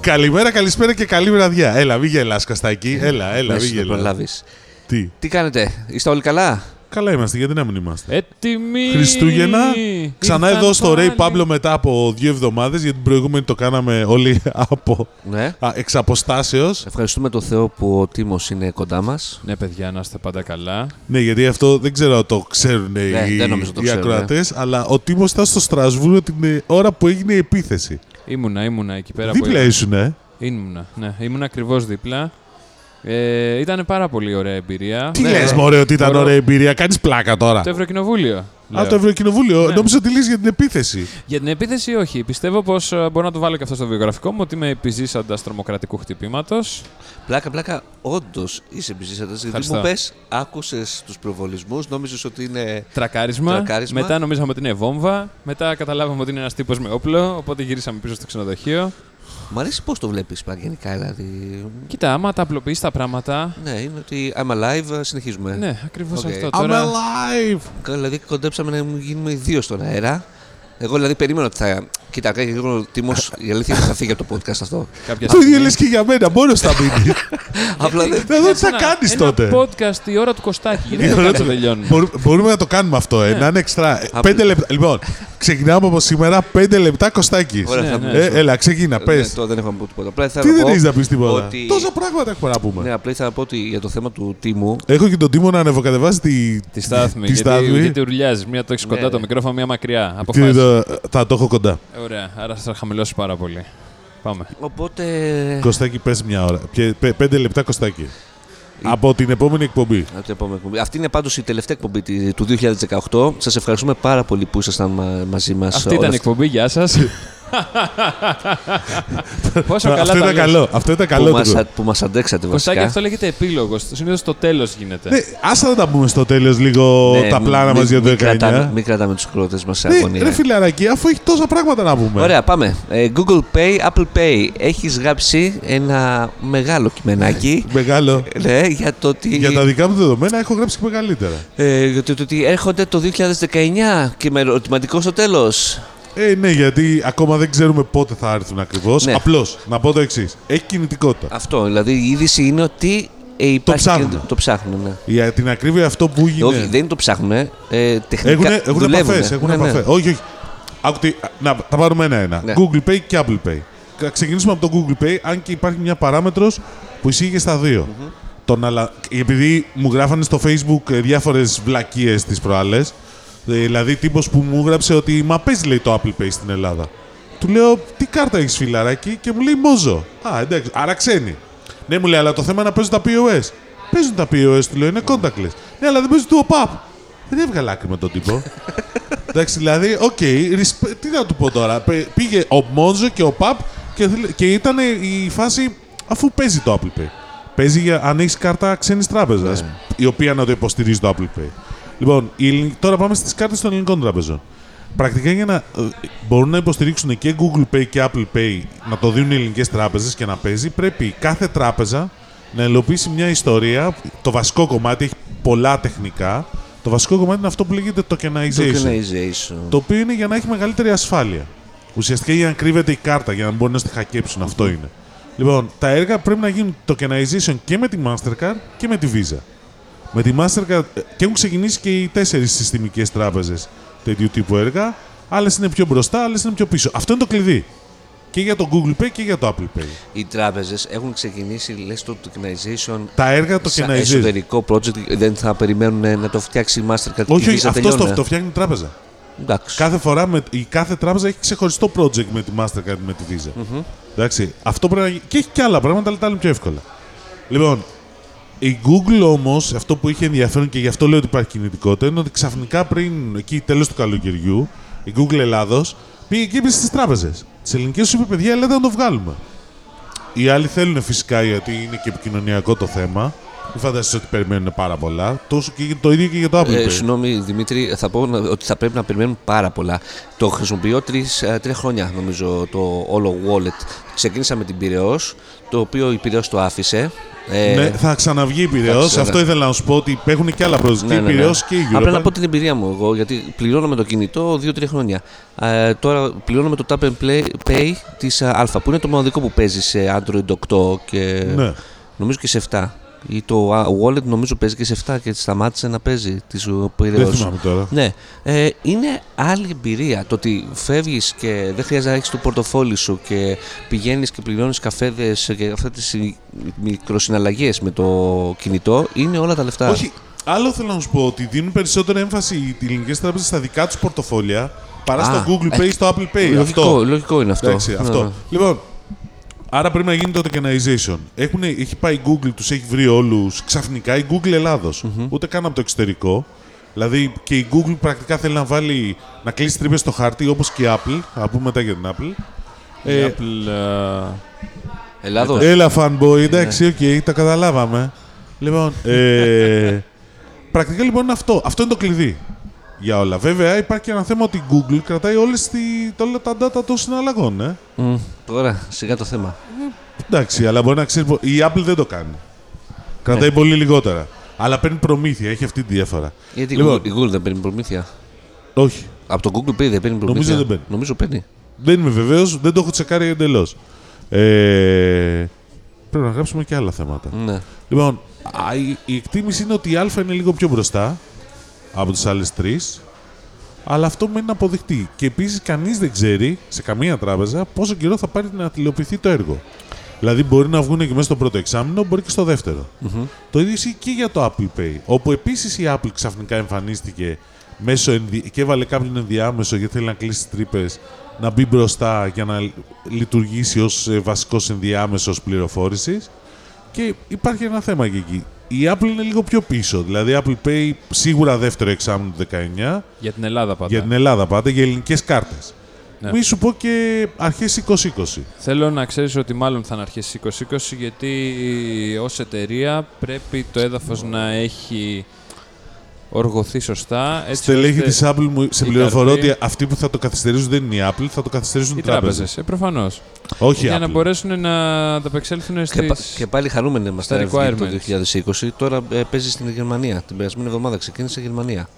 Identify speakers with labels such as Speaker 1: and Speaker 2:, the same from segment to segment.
Speaker 1: Καλημέρα, καλησπέρα και καλή βραδιά. Έλα, μη γελάς,
Speaker 2: Ε,
Speaker 1: Καστακή. Έλα, έλα, μη
Speaker 2: Μέσα να
Speaker 1: γελάς.
Speaker 2: προλάβεις.
Speaker 1: Τι.
Speaker 2: Τι κάνετε, είστε όλοι καλά.
Speaker 1: Καλά είμαστε, γιατί να μην είμαστε.
Speaker 3: Έτοιμοι!
Speaker 1: Χριστούγεννα, ξανά
Speaker 3: Ήρθαν
Speaker 1: εδώ στο Ray
Speaker 3: πάλι.
Speaker 1: Pablo μετά από δύο εβδομάδες, γιατί την προηγούμενη το κάναμε όλοι από
Speaker 2: Ναι.
Speaker 1: α, εξ αποστάσεως.
Speaker 2: Ευχαριστούμε τον Θεό που ο Τίμος είναι κοντά μας.
Speaker 3: Ναι, παιδιά, να είστε πάντα καλά.
Speaker 1: Ναι, γιατί αυτό δεν ξέρω αν το ξέρουν οι,
Speaker 2: Ναι, δεν νομίζω το
Speaker 1: οι
Speaker 2: ξέρουν, ε.
Speaker 1: ακροατές, αλλά ο Τίμος ήταν στο Στρασβούργο την ε, ώρα που έγινε η επίθεση.
Speaker 3: Ήμουνα, ήμουνα εκεί πέρα που
Speaker 1: Δίπλα ήσουν, ε.
Speaker 3: Ήμουνα, ναι. Ήμουνα ακριβώς δίπλα. Ε, ήταν πάρα πολύ ωραία εμπειρία.
Speaker 1: Τι
Speaker 3: Ναι.
Speaker 1: λες, μωρέ, ότι ήταν
Speaker 3: Μπορώ-
Speaker 1: ωραία εμπειρία. Κάνεις πλάκα τώρα.
Speaker 3: Το Ευρωκοινοβούλιο.
Speaker 1: Α,
Speaker 3: λέω.
Speaker 1: το Ευρωκοινοβούλιο.
Speaker 3: Ναι.
Speaker 1: Νόμιζα ότι λες για την επίθεση.
Speaker 3: Για την επίθεση, όχι. Πιστεύω πως μπορώ να το βάλω και αυτό στο βιογραφικό μου ότι είμαι επιζήσαντας τρομοκρατικού χτυπήματος.
Speaker 2: Πλάκα, πλάκα, όντως είσαι επιζήσαντας. Γιατί
Speaker 3: Ευχαριστώ.
Speaker 2: μου πες, άκουσες τους προβολισμούς, νόμιζες ότι είναι.
Speaker 3: Τρακάρισμα.
Speaker 2: Τρακάρισμα.
Speaker 3: Μετά νομίζαμε ότι είναι βόμβα. Μετά καταλάβαμε ότι είναι ένας τύπος με όπλο. Οπότε γυρίσαμε πίσω στο ξενοδοχείο.
Speaker 2: Μ' αρέσει πώς το βλέπεις γενικά, δηλαδή.
Speaker 3: Κοίτα, άμα τα απλοποιείς τα πράγματα.
Speaker 2: Ναι, είναι ότι I'm alive,
Speaker 1: Ε.
Speaker 2: συνεχίζουμε.
Speaker 3: Ναι, ακριβώς
Speaker 2: Οκ.
Speaker 3: αυτό
Speaker 1: I'm
Speaker 3: τώρα.
Speaker 1: alive!
Speaker 2: Κα- Δηλαδή, κοντέψαμε να γίνουμε οι δύο στον αέρα. Εγώ δηλαδή περίμενα ότι θα. Κοίτα, κάτι γρήγορο τίμος. Η αλήθεια είναι ότι θα φύγει από το podcast αυτό.
Speaker 3: Κάποια
Speaker 1: Το ίδιο
Speaker 3: στιγμή.
Speaker 1: λες και για μένα, μόνος θα μείνει. Ε,
Speaker 2: Απλά δεν.
Speaker 1: Να δω τι θα
Speaker 3: Ένα-
Speaker 1: κάνεις
Speaker 3: ένα
Speaker 1: τότε.
Speaker 3: podcast η ώρα του Κωστάκη. Γιατί
Speaker 1: Η
Speaker 3: δεν το
Speaker 1: ώρα
Speaker 3: κάνεις
Speaker 1: του-
Speaker 3: να τελειώνουμε.
Speaker 1: Μπορούμε, μπορούμε να το κάνουμε αυτό,
Speaker 2: Ναι.
Speaker 1: ε, να είναι εξτρά. Ε,
Speaker 2: Απλ-
Speaker 1: Πέντε λεπτά. Λοιπόν, ξεκινάμε από σήμερα πέντε λεπτά Κωστάκης.
Speaker 2: Ωραία, θα
Speaker 3: ναι.
Speaker 2: πούμε.
Speaker 1: Ε, έλα, ξεκίνα,
Speaker 2: Ναι,
Speaker 1: πες.
Speaker 2: το δεν έχω να πω τίποτα. Απλά θέλω
Speaker 1: Τι δεν
Speaker 2: πω
Speaker 1: έχεις να πεις τίποτα.
Speaker 2: ότι-
Speaker 1: Τόσα πράγματα έχουμε να πούμε.
Speaker 2: Ναι, απλά ήθελα να πω ότι για το θέμα του τίμου.
Speaker 1: Έχω και τον Τίμο να ανεβοκατεβάσει τη,
Speaker 3: Τη στάθμη.
Speaker 1: τη
Speaker 3: γιατί,
Speaker 1: στάθμη.
Speaker 3: Γιατί ουρλιάζει. Μία το έχεις
Speaker 2: Ναι,
Speaker 3: κοντά
Speaker 2: ναι.
Speaker 3: το μικρόφωνο, μία μακριά.
Speaker 1: Τι-
Speaker 3: Αποφάσισε.
Speaker 1: το- θα το έχω κοντά.
Speaker 3: Ε, Ωραία, άρα θα χαμηλώσεις πάρα πολύ. Πάμε.
Speaker 2: Οπότε.
Speaker 1: Κωστάκη, πες μια ώρα. Πε- πε- πέντε λεπτά Κωστάκη. Από την επόμενη εκπομπή.
Speaker 2: Από την επόμενη εκπομπή. Αυτή είναι πάντως η τελευταία εκπομπή τη- του 2018. Σας ευχαριστούμε πάρα πολύ που ήσασταν μα- μαζί μας.
Speaker 3: Αυτή
Speaker 2: όλα
Speaker 3: ήταν η
Speaker 2: αυτά.
Speaker 3: εκπομπή, γεια σας. Πόσο καλά
Speaker 1: Αυτό
Speaker 3: τα
Speaker 1: ήταν
Speaker 3: λες.
Speaker 1: καλό. Αυτό ήταν
Speaker 2: που,
Speaker 1: καλό.
Speaker 2: μας,
Speaker 1: Τίμο.
Speaker 2: α- που μας αντέξατε
Speaker 3: Κωστάκη,
Speaker 2: βασικά.
Speaker 3: αυτό λέγεται επίλογος. Συνήθως στο τέλος γίνεται.
Speaker 1: Ναι, άσε να τα πούμε στο τέλος λίγο
Speaker 2: Ναι,
Speaker 1: τα πλάνα
Speaker 2: μη-
Speaker 1: μα για το
Speaker 2: μην
Speaker 1: 19.
Speaker 2: κρατάμε, μην κρατάμε τους κρότες μας σε
Speaker 1: Ναι,
Speaker 2: αγωνία.
Speaker 1: ρε φιλαράκι, αφού έχει τόσα πράγματα να πούμε.
Speaker 2: Ωραία, πάμε. Ε, Google Pay, Apple Pay. Έχεις γράψει ένα μεγάλο κειμενάκι.
Speaker 1: Μεγάλο.
Speaker 2: ναι, για το ότι,
Speaker 1: Για τα δικά μου δεδομένα έχω γράψει και μεγαλύτερα.
Speaker 2: ε, για το, το ότι έρχονται το 2019 και με ερωτηματικό στο τέλος.
Speaker 1: Ε, ναι, γιατί ακόμα δεν ξέρουμε πότε θα έρθουν ακριβώς.
Speaker 2: Ναι.
Speaker 1: Απλώς, Απλώ να πω το εξής. Έχει κινητικότητα.
Speaker 2: Αυτό, δηλαδή η είδηση είναι ότι ε, υπάρχει...
Speaker 1: ψάχνουν.
Speaker 2: και- Το ψάχνουν, ναι.
Speaker 1: Για την ακρίβεια, αυτό που έγινε.
Speaker 2: Όχι, δεν το ψάχνουν. Ε, ε,
Speaker 1: Έχουν,
Speaker 2: τεχνικά
Speaker 1: έχουν
Speaker 2: δουλεύουνε.
Speaker 1: επαφές. Έχουν
Speaker 2: Ναι, ναι.
Speaker 1: επαφές. Όχι, όχι. Άκου τι- να, τα πάρουμε ένα-ένα.
Speaker 2: Ναι.
Speaker 1: Google Pay και Apple Pay. Θα ξεκινήσουμε από το Google Pay, αν και υπάρχει μια παράμετρος που ισχύει και στα δυο Τον αλα... Επειδή μου γράφανε στο Facebook ε, διάφορες βλακίες τις προάλλες, δηλαδή τύπος που μου γράψε ότι Μα παίζει λέει το Apple Pay στην Ελλάδα. Του λέω Τι κάρτα έχεις φιλαράκι και μου λέει Μόζο. Α, εντάξει, άρα ξένη. Ναι, μου λέει, αλλά το θέμα είναι να παίζουν τα POS. Παίζουν τα POS, του λέω, είναι contactless. Ναι, αλλά δεν παίζουν του OPAP. Δεν έβγαλα άκρη με τον τύπο. Εντάξει, δηλαδή, οκ, respe- τι να του πω τώρα. Πε- Πήγε ο Μόντζο και ο Παπ και, θέλε- και ήταν η φάση αφού παίζει το Apple Pay. Παίζει για, αν έχεις κάρτα ξένης τράπεζας, η οποία να το υποστηρίζει το Apple Pay. Λοιπόν, η ελληνική- τώρα πάμε στις κάρτες των ελληνικών τραπεζών. Πρακτικά για να ε, μπορούν να υποστηρίξουν και Google Pay και Apple Pay να το δίνουν οι ελληνικές τράπεζες και να παίζει, πρέπει κάθε τράπεζα να υλοποιήσει μια ιστορία. Το βασικό κομμάτι έχει πολλά τεχνικά. Το βασικό κομμάτι είναι αυτό που λέγεται tokenization.
Speaker 2: Tokenization.
Speaker 1: Το οποίο είναι για να έχει μεγαλύτερη ασφάλεια. Ουσιαστικά για να κρύβεται η κάρτα, για να μπορεί να στη χακέψουν. Αυτό είναι. Λοιπόν, τα έργα πρέπει να γίνουν tokenization και με τη Mastercard και με τη Visa. Με τη Mastercard ε, και έχουν ξεκινήσει και οι τέσσερις συστημικές τράπεζες τέτοιου τύπου έργα. Άλλες είναι πιο μπροστά, άλλες είναι πιο πίσω. Αυτό είναι το κλειδί. Και για το Google Pay και για το Apple Pay.
Speaker 2: Οι τράπεζες έχουν ξεκινήσει, λες, το tokenization
Speaker 1: Τα έργα
Speaker 2: σαν
Speaker 1: tokenization.
Speaker 2: εσωτερικό project. Δεν θα περιμένουν ε, να το φτιάξει η Mastercard και η
Speaker 1: Όχι,
Speaker 2: Visa
Speaker 1: όχι, αυτό
Speaker 2: τελειώνει. ε.
Speaker 1: το, το φτιάχνει η τράπεζα.
Speaker 2: Εντάξει.
Speaker 1: Κάθε φορά με, η κάθε τράπεζα έχει ξεχωριστό project με τη Mastercard με τη Visa. Εντάξει, αυτό πρέπει να γι- Και έχει και άλλα πράγματα, αλλά τα άλλα είναι πιο εύκολα. Λοιπόν, η Google όμως, αυτό που είχε ενδιαφέρον και γι' αυτό λέω ότι υπάρχει κινητικότητα, είναι ότι ξαφνικά πριν εκεί τέλος του καλοκαιριού, η Google Ελλάδος πήγε και είπε στις τράπεζες. Τις ελληνικές σου είπε, παιδιά, λέτε να το βγάλουμε. Οι άλλοι θέλουν φυσικά γιατί είναι και επικοινωνιακό το θέμα. Μην φαντάζεσαι ότι περιμένουν πάρα πολλά. Τόσο και το ίδιο και για το Apple
Speaker 2: Ε,
Speaker 1: Pay.
Speaker 2: συγγνώμη, Δημήτρη, θα πω να- ότι θα πρέπει να περιμένουν πάρα πολλά. Το χρησιμοποιώ τρεις, ε, τρία χρόνια, νομίζω, το όλο wallet. Ξεκίνησα με την Πυραιός, το οποίο η Πυραιός το άφησε. Ε,
Speaker 1: Ναι, θα ξαναβγεί η Πειραιό.
Speaker 2: εντάξει,
Speaker 1: Αυτό
Speaker 2: ναι.
Speaker 1: ήθελα να σου πω ότι υπάρχουν και άλλα project. Και η Πειραιό και η
Speaker 2: Απλά να
Speaker 1: Europa.
Speaker 2: πω την εμπειρία μου εγώ, γιατί πληρώνω με το κινητό 2-3 χρόνια. Ε, τώρα πληρώνω με το Tap and Play, Pay της Α, που είναι το μοναδικό που παίζει σε Android 8 και
Speaker 1: Ναι.
Speaker 2: νομίζω και σε 7. Ή το α, Wallet νομίζω παίζει και σε 7 και σταμάτησε να παίζει τη
Speaker 1: Δεν θυμάμαι τώρα.
Speaker 2: ναι. Ε, είναι άλλη εμπειρία. Το ότι φεύγεις και δεν χρειάζεται να έχεις το πορτοφόλι σου και πηγαίνεις και πληρώνεις καφέδες και αυτέ τι μικροσυναλλαγές με το κινητό, είναι όλα τα λεφτά.
Speaker 1: Όχι, άλλο θέλω να σου πω ότι δίνουν περισσότερη έμφαση οι ελληνικέ τράπεζες στα δικά τους πορτοφόλια παρά
Speaker 2: Α,
Speaker 1: στο Google
Speaker 2: ε,
Speaker 1: Pay, στο Apple Pay.
Speaker 2: λογικό,
Speaker 1: αυτό.
Speaker 2: λογικό είναι αυτό.
Speaker 1: Εντάξει,
Speaker 2: Ναι,
Speaker 1: αυτό.
Speaker 2: ναι.
Speaker 1: Λοιπόν, άρα πρέπει να γίνει το tokenization. Έχουν, έχει πάει η Google, τους έχει βρει όλους ξαφνικά η Google ελλαδος Ούτε καν από το εξωτερικό. Δηλαδή και η Google πρακτικά θέλει να βάλει να κλείσει τρύπες στο χάρτη όπως και η Apple. Θα πούμε μετά για την Apple.
Speaker 3: Η
Speaker 1: Ε,
Speaker 3: Apple, ε,
Speaker 2: Ελλάδος.
Speaker 1: Έλα,
Speaker 2: Ναι.
Speaker 1: fanboy, εντάξει, οκ, τα καταλάβαμε. Λοιπόν, ε, πρακτικά λοιπόν είναι αυτό. Αυτό είναι το κλειδί για όλα. Βέβαια, υπάρχει και ένα θέμα ότι η Google κρατάει όλες τη, τα- όλα τα data των συναλλαγών. Ε.
Speaker 2: Μμ, τώρα, σιγά το θέμα.
Speaker 1: Εντάξει, αλλά μπορεί να ξέρει. πο- Η Apple δεν το κάνει.
Speaker 2: Ναι.
Speaker 1: Κρατάει πολύ λιγότερα. Αλλά παίρνει προμήθεια, έχει αυτή τη διαφορά.
Speaker 2: Γιατί
Speaker 1: Λοιπόν.
Speaker 2: η Google- η Google δεν παίρνει προμήθεια.
Speaker 1: Όχι.
Speaker 2: Από το Google Pay δεν παίρνει προμήθεια.
Speaker 1: δεν παίρνει.
Speaker 2: Νομίζω παίρνει.
Speaker 1: Δεν είμαι βεβαίως, δεν το έχω τσεκάρει εντελώς. Ε, πρέπει να γράψουμε και άλλα θέματα.
Speaker 2: Ναι.
Speaker 1: Λοιπόν, α, η, η εκτίμηση είναι ότι η Α είναι λίγο πιο μπροστά από τις άλλες τρεις. Αλλά αυτό μένει να αποδειχτεί. Και επίσης κανείς δεν ξέρει σε καμία τράπεζα πόσο καιρό θα πάρει να τηλεοποιηθεί το έργο. Δηλαδή μπορεί να βγουν και μέσα στο πρώτο εξάμεινο, μπορεί και στο δευτερο Το ίδιο ισχύει και για το Apple Pay. Όπου επίσης η Apple ξαφνικά εμφανίστηκε μέσω ενδι- και έβαλε κάποιον ενδιάμεσο γιατί θέλει να κλείσει τις τρύπες, να μπει μπροστά για να λ- λειτουργήσει ε, ω βασικός ενδιάμεσος πληροφόρησης. Και υπάρχει ένα θέμα και εκεί. Η Apple είναι λίγο πιο πίσω. Δηλαδή, Apple Pay σίγουρα δεύτερο εξάμεινο του 19.
Speaker 3: για την Ελλάδα πάντα.
Speaker 1: Για την Ελλάδα πάτε, για ελληνικές κάρτες.
Speaker 3: Ναι.
Speaker 1: Μη σου πω και αρχές 2020.
Speaker 3: Θέλω να ξέρεις ότι μάλλον θα είναι αρχές 2020 γιατί ως εταιρεία πρέπει το έδαφος να έχει οργωθεί σωστά. Έτσι
Speaker 1: Στελέχη
Speaker 3: ώστε
Speaker 1: της Apple μου σε
Speaker 3: η
Speaker 1: πληροφορώ
Speaker 3: καρτή-
Speaker 1: ότι αυτοί που θα το καθυστερήσουν δεν είναι η Apple, θα το καθυστερήσουν
Speaker 3: Οι
Speaker 1: οι τράπεζες.
Speaker 3: τράπεζες, ε, προφανώς.
Speaker 1: Όχι η
Speaker 3: για
Speaker 1: Apple.
Speaker 3: να μπορέσουν να ανταπεξέλθουν
Speaker 2: Και, πα-
Speaker 3: στις...
Speaker 2: και πάλι χαρούμενοι μας
Speaker 3: στα
Speaker 2: τα το
Speaker 3: requirements.
Speaker 2: 2020. Τώρα ε, παίζει στην Γερμανία. Την περασμένη εβδομάδα ξεκίνησε η Γερμανία.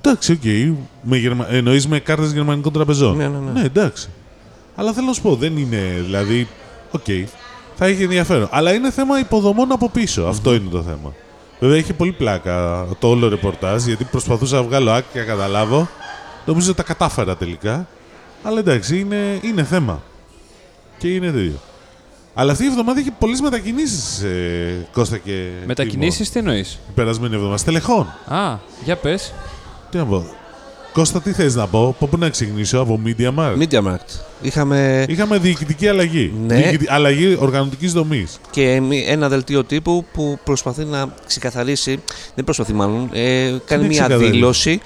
Speaker 1: Εντάξει, οκ. Με Γερμα... Εννοείς με κάρτες γερμανικών τραπεζών.
Speaker 2: Ναι, ναι, ναι.
Speaker 1: εντάξει. Αλλά θέλω να σου πω, δεν είναι. Δηλαδή, οκ. Θα έχει ενδιαφέρον. Αλλά είναι θέμα υποδομών από πίσω. Αυτό είναι το θέμα. Βέβαια, έχει πολύ πλάκα το όλο ρεπορτάζ γιατί προσπαθούσα να βγάλω άκρη και να καταλάβω. Νομίζω τα κατάφερα τελικά. Αλλά εντάξει, είναι, είναι θέμα. Και είναι τέτοιο. Αλλά αυτή η εβδομάδα είχε πολλές μετακινήσεις, ε, Κώστα και. Τίμο,
Speaker 3: Μετακινήσεις τι εννοείς.
Speaker 1: την περασμένη εβδομάδα. Στελεχών.
Speaker 3: Α, για πες.
Speaker 1: Τι να πω. Κώστα, τι θες να πω, από πού να ξεκινήσω, από Media Markt.
Speaker 2: Media Markt. Είχαμε
Speaker 1: Είχαμε διοικητική αλλαγή.
Speaker 2: Ναι.
Speaker 1: Διοικητη- αλλαγή οργανωτικής δομής.
Speaker 2: και μη- ένα δελτίο τύπου που προσπαθεί να ξεκαθαρίσει, δεν προσπαθεί μάλλον, ε, κάνει
Speaker 1: Δεν
Speaker 2: μια
Speaker 1: ξεκαθαρίζει.
Speaker 2: δήλωση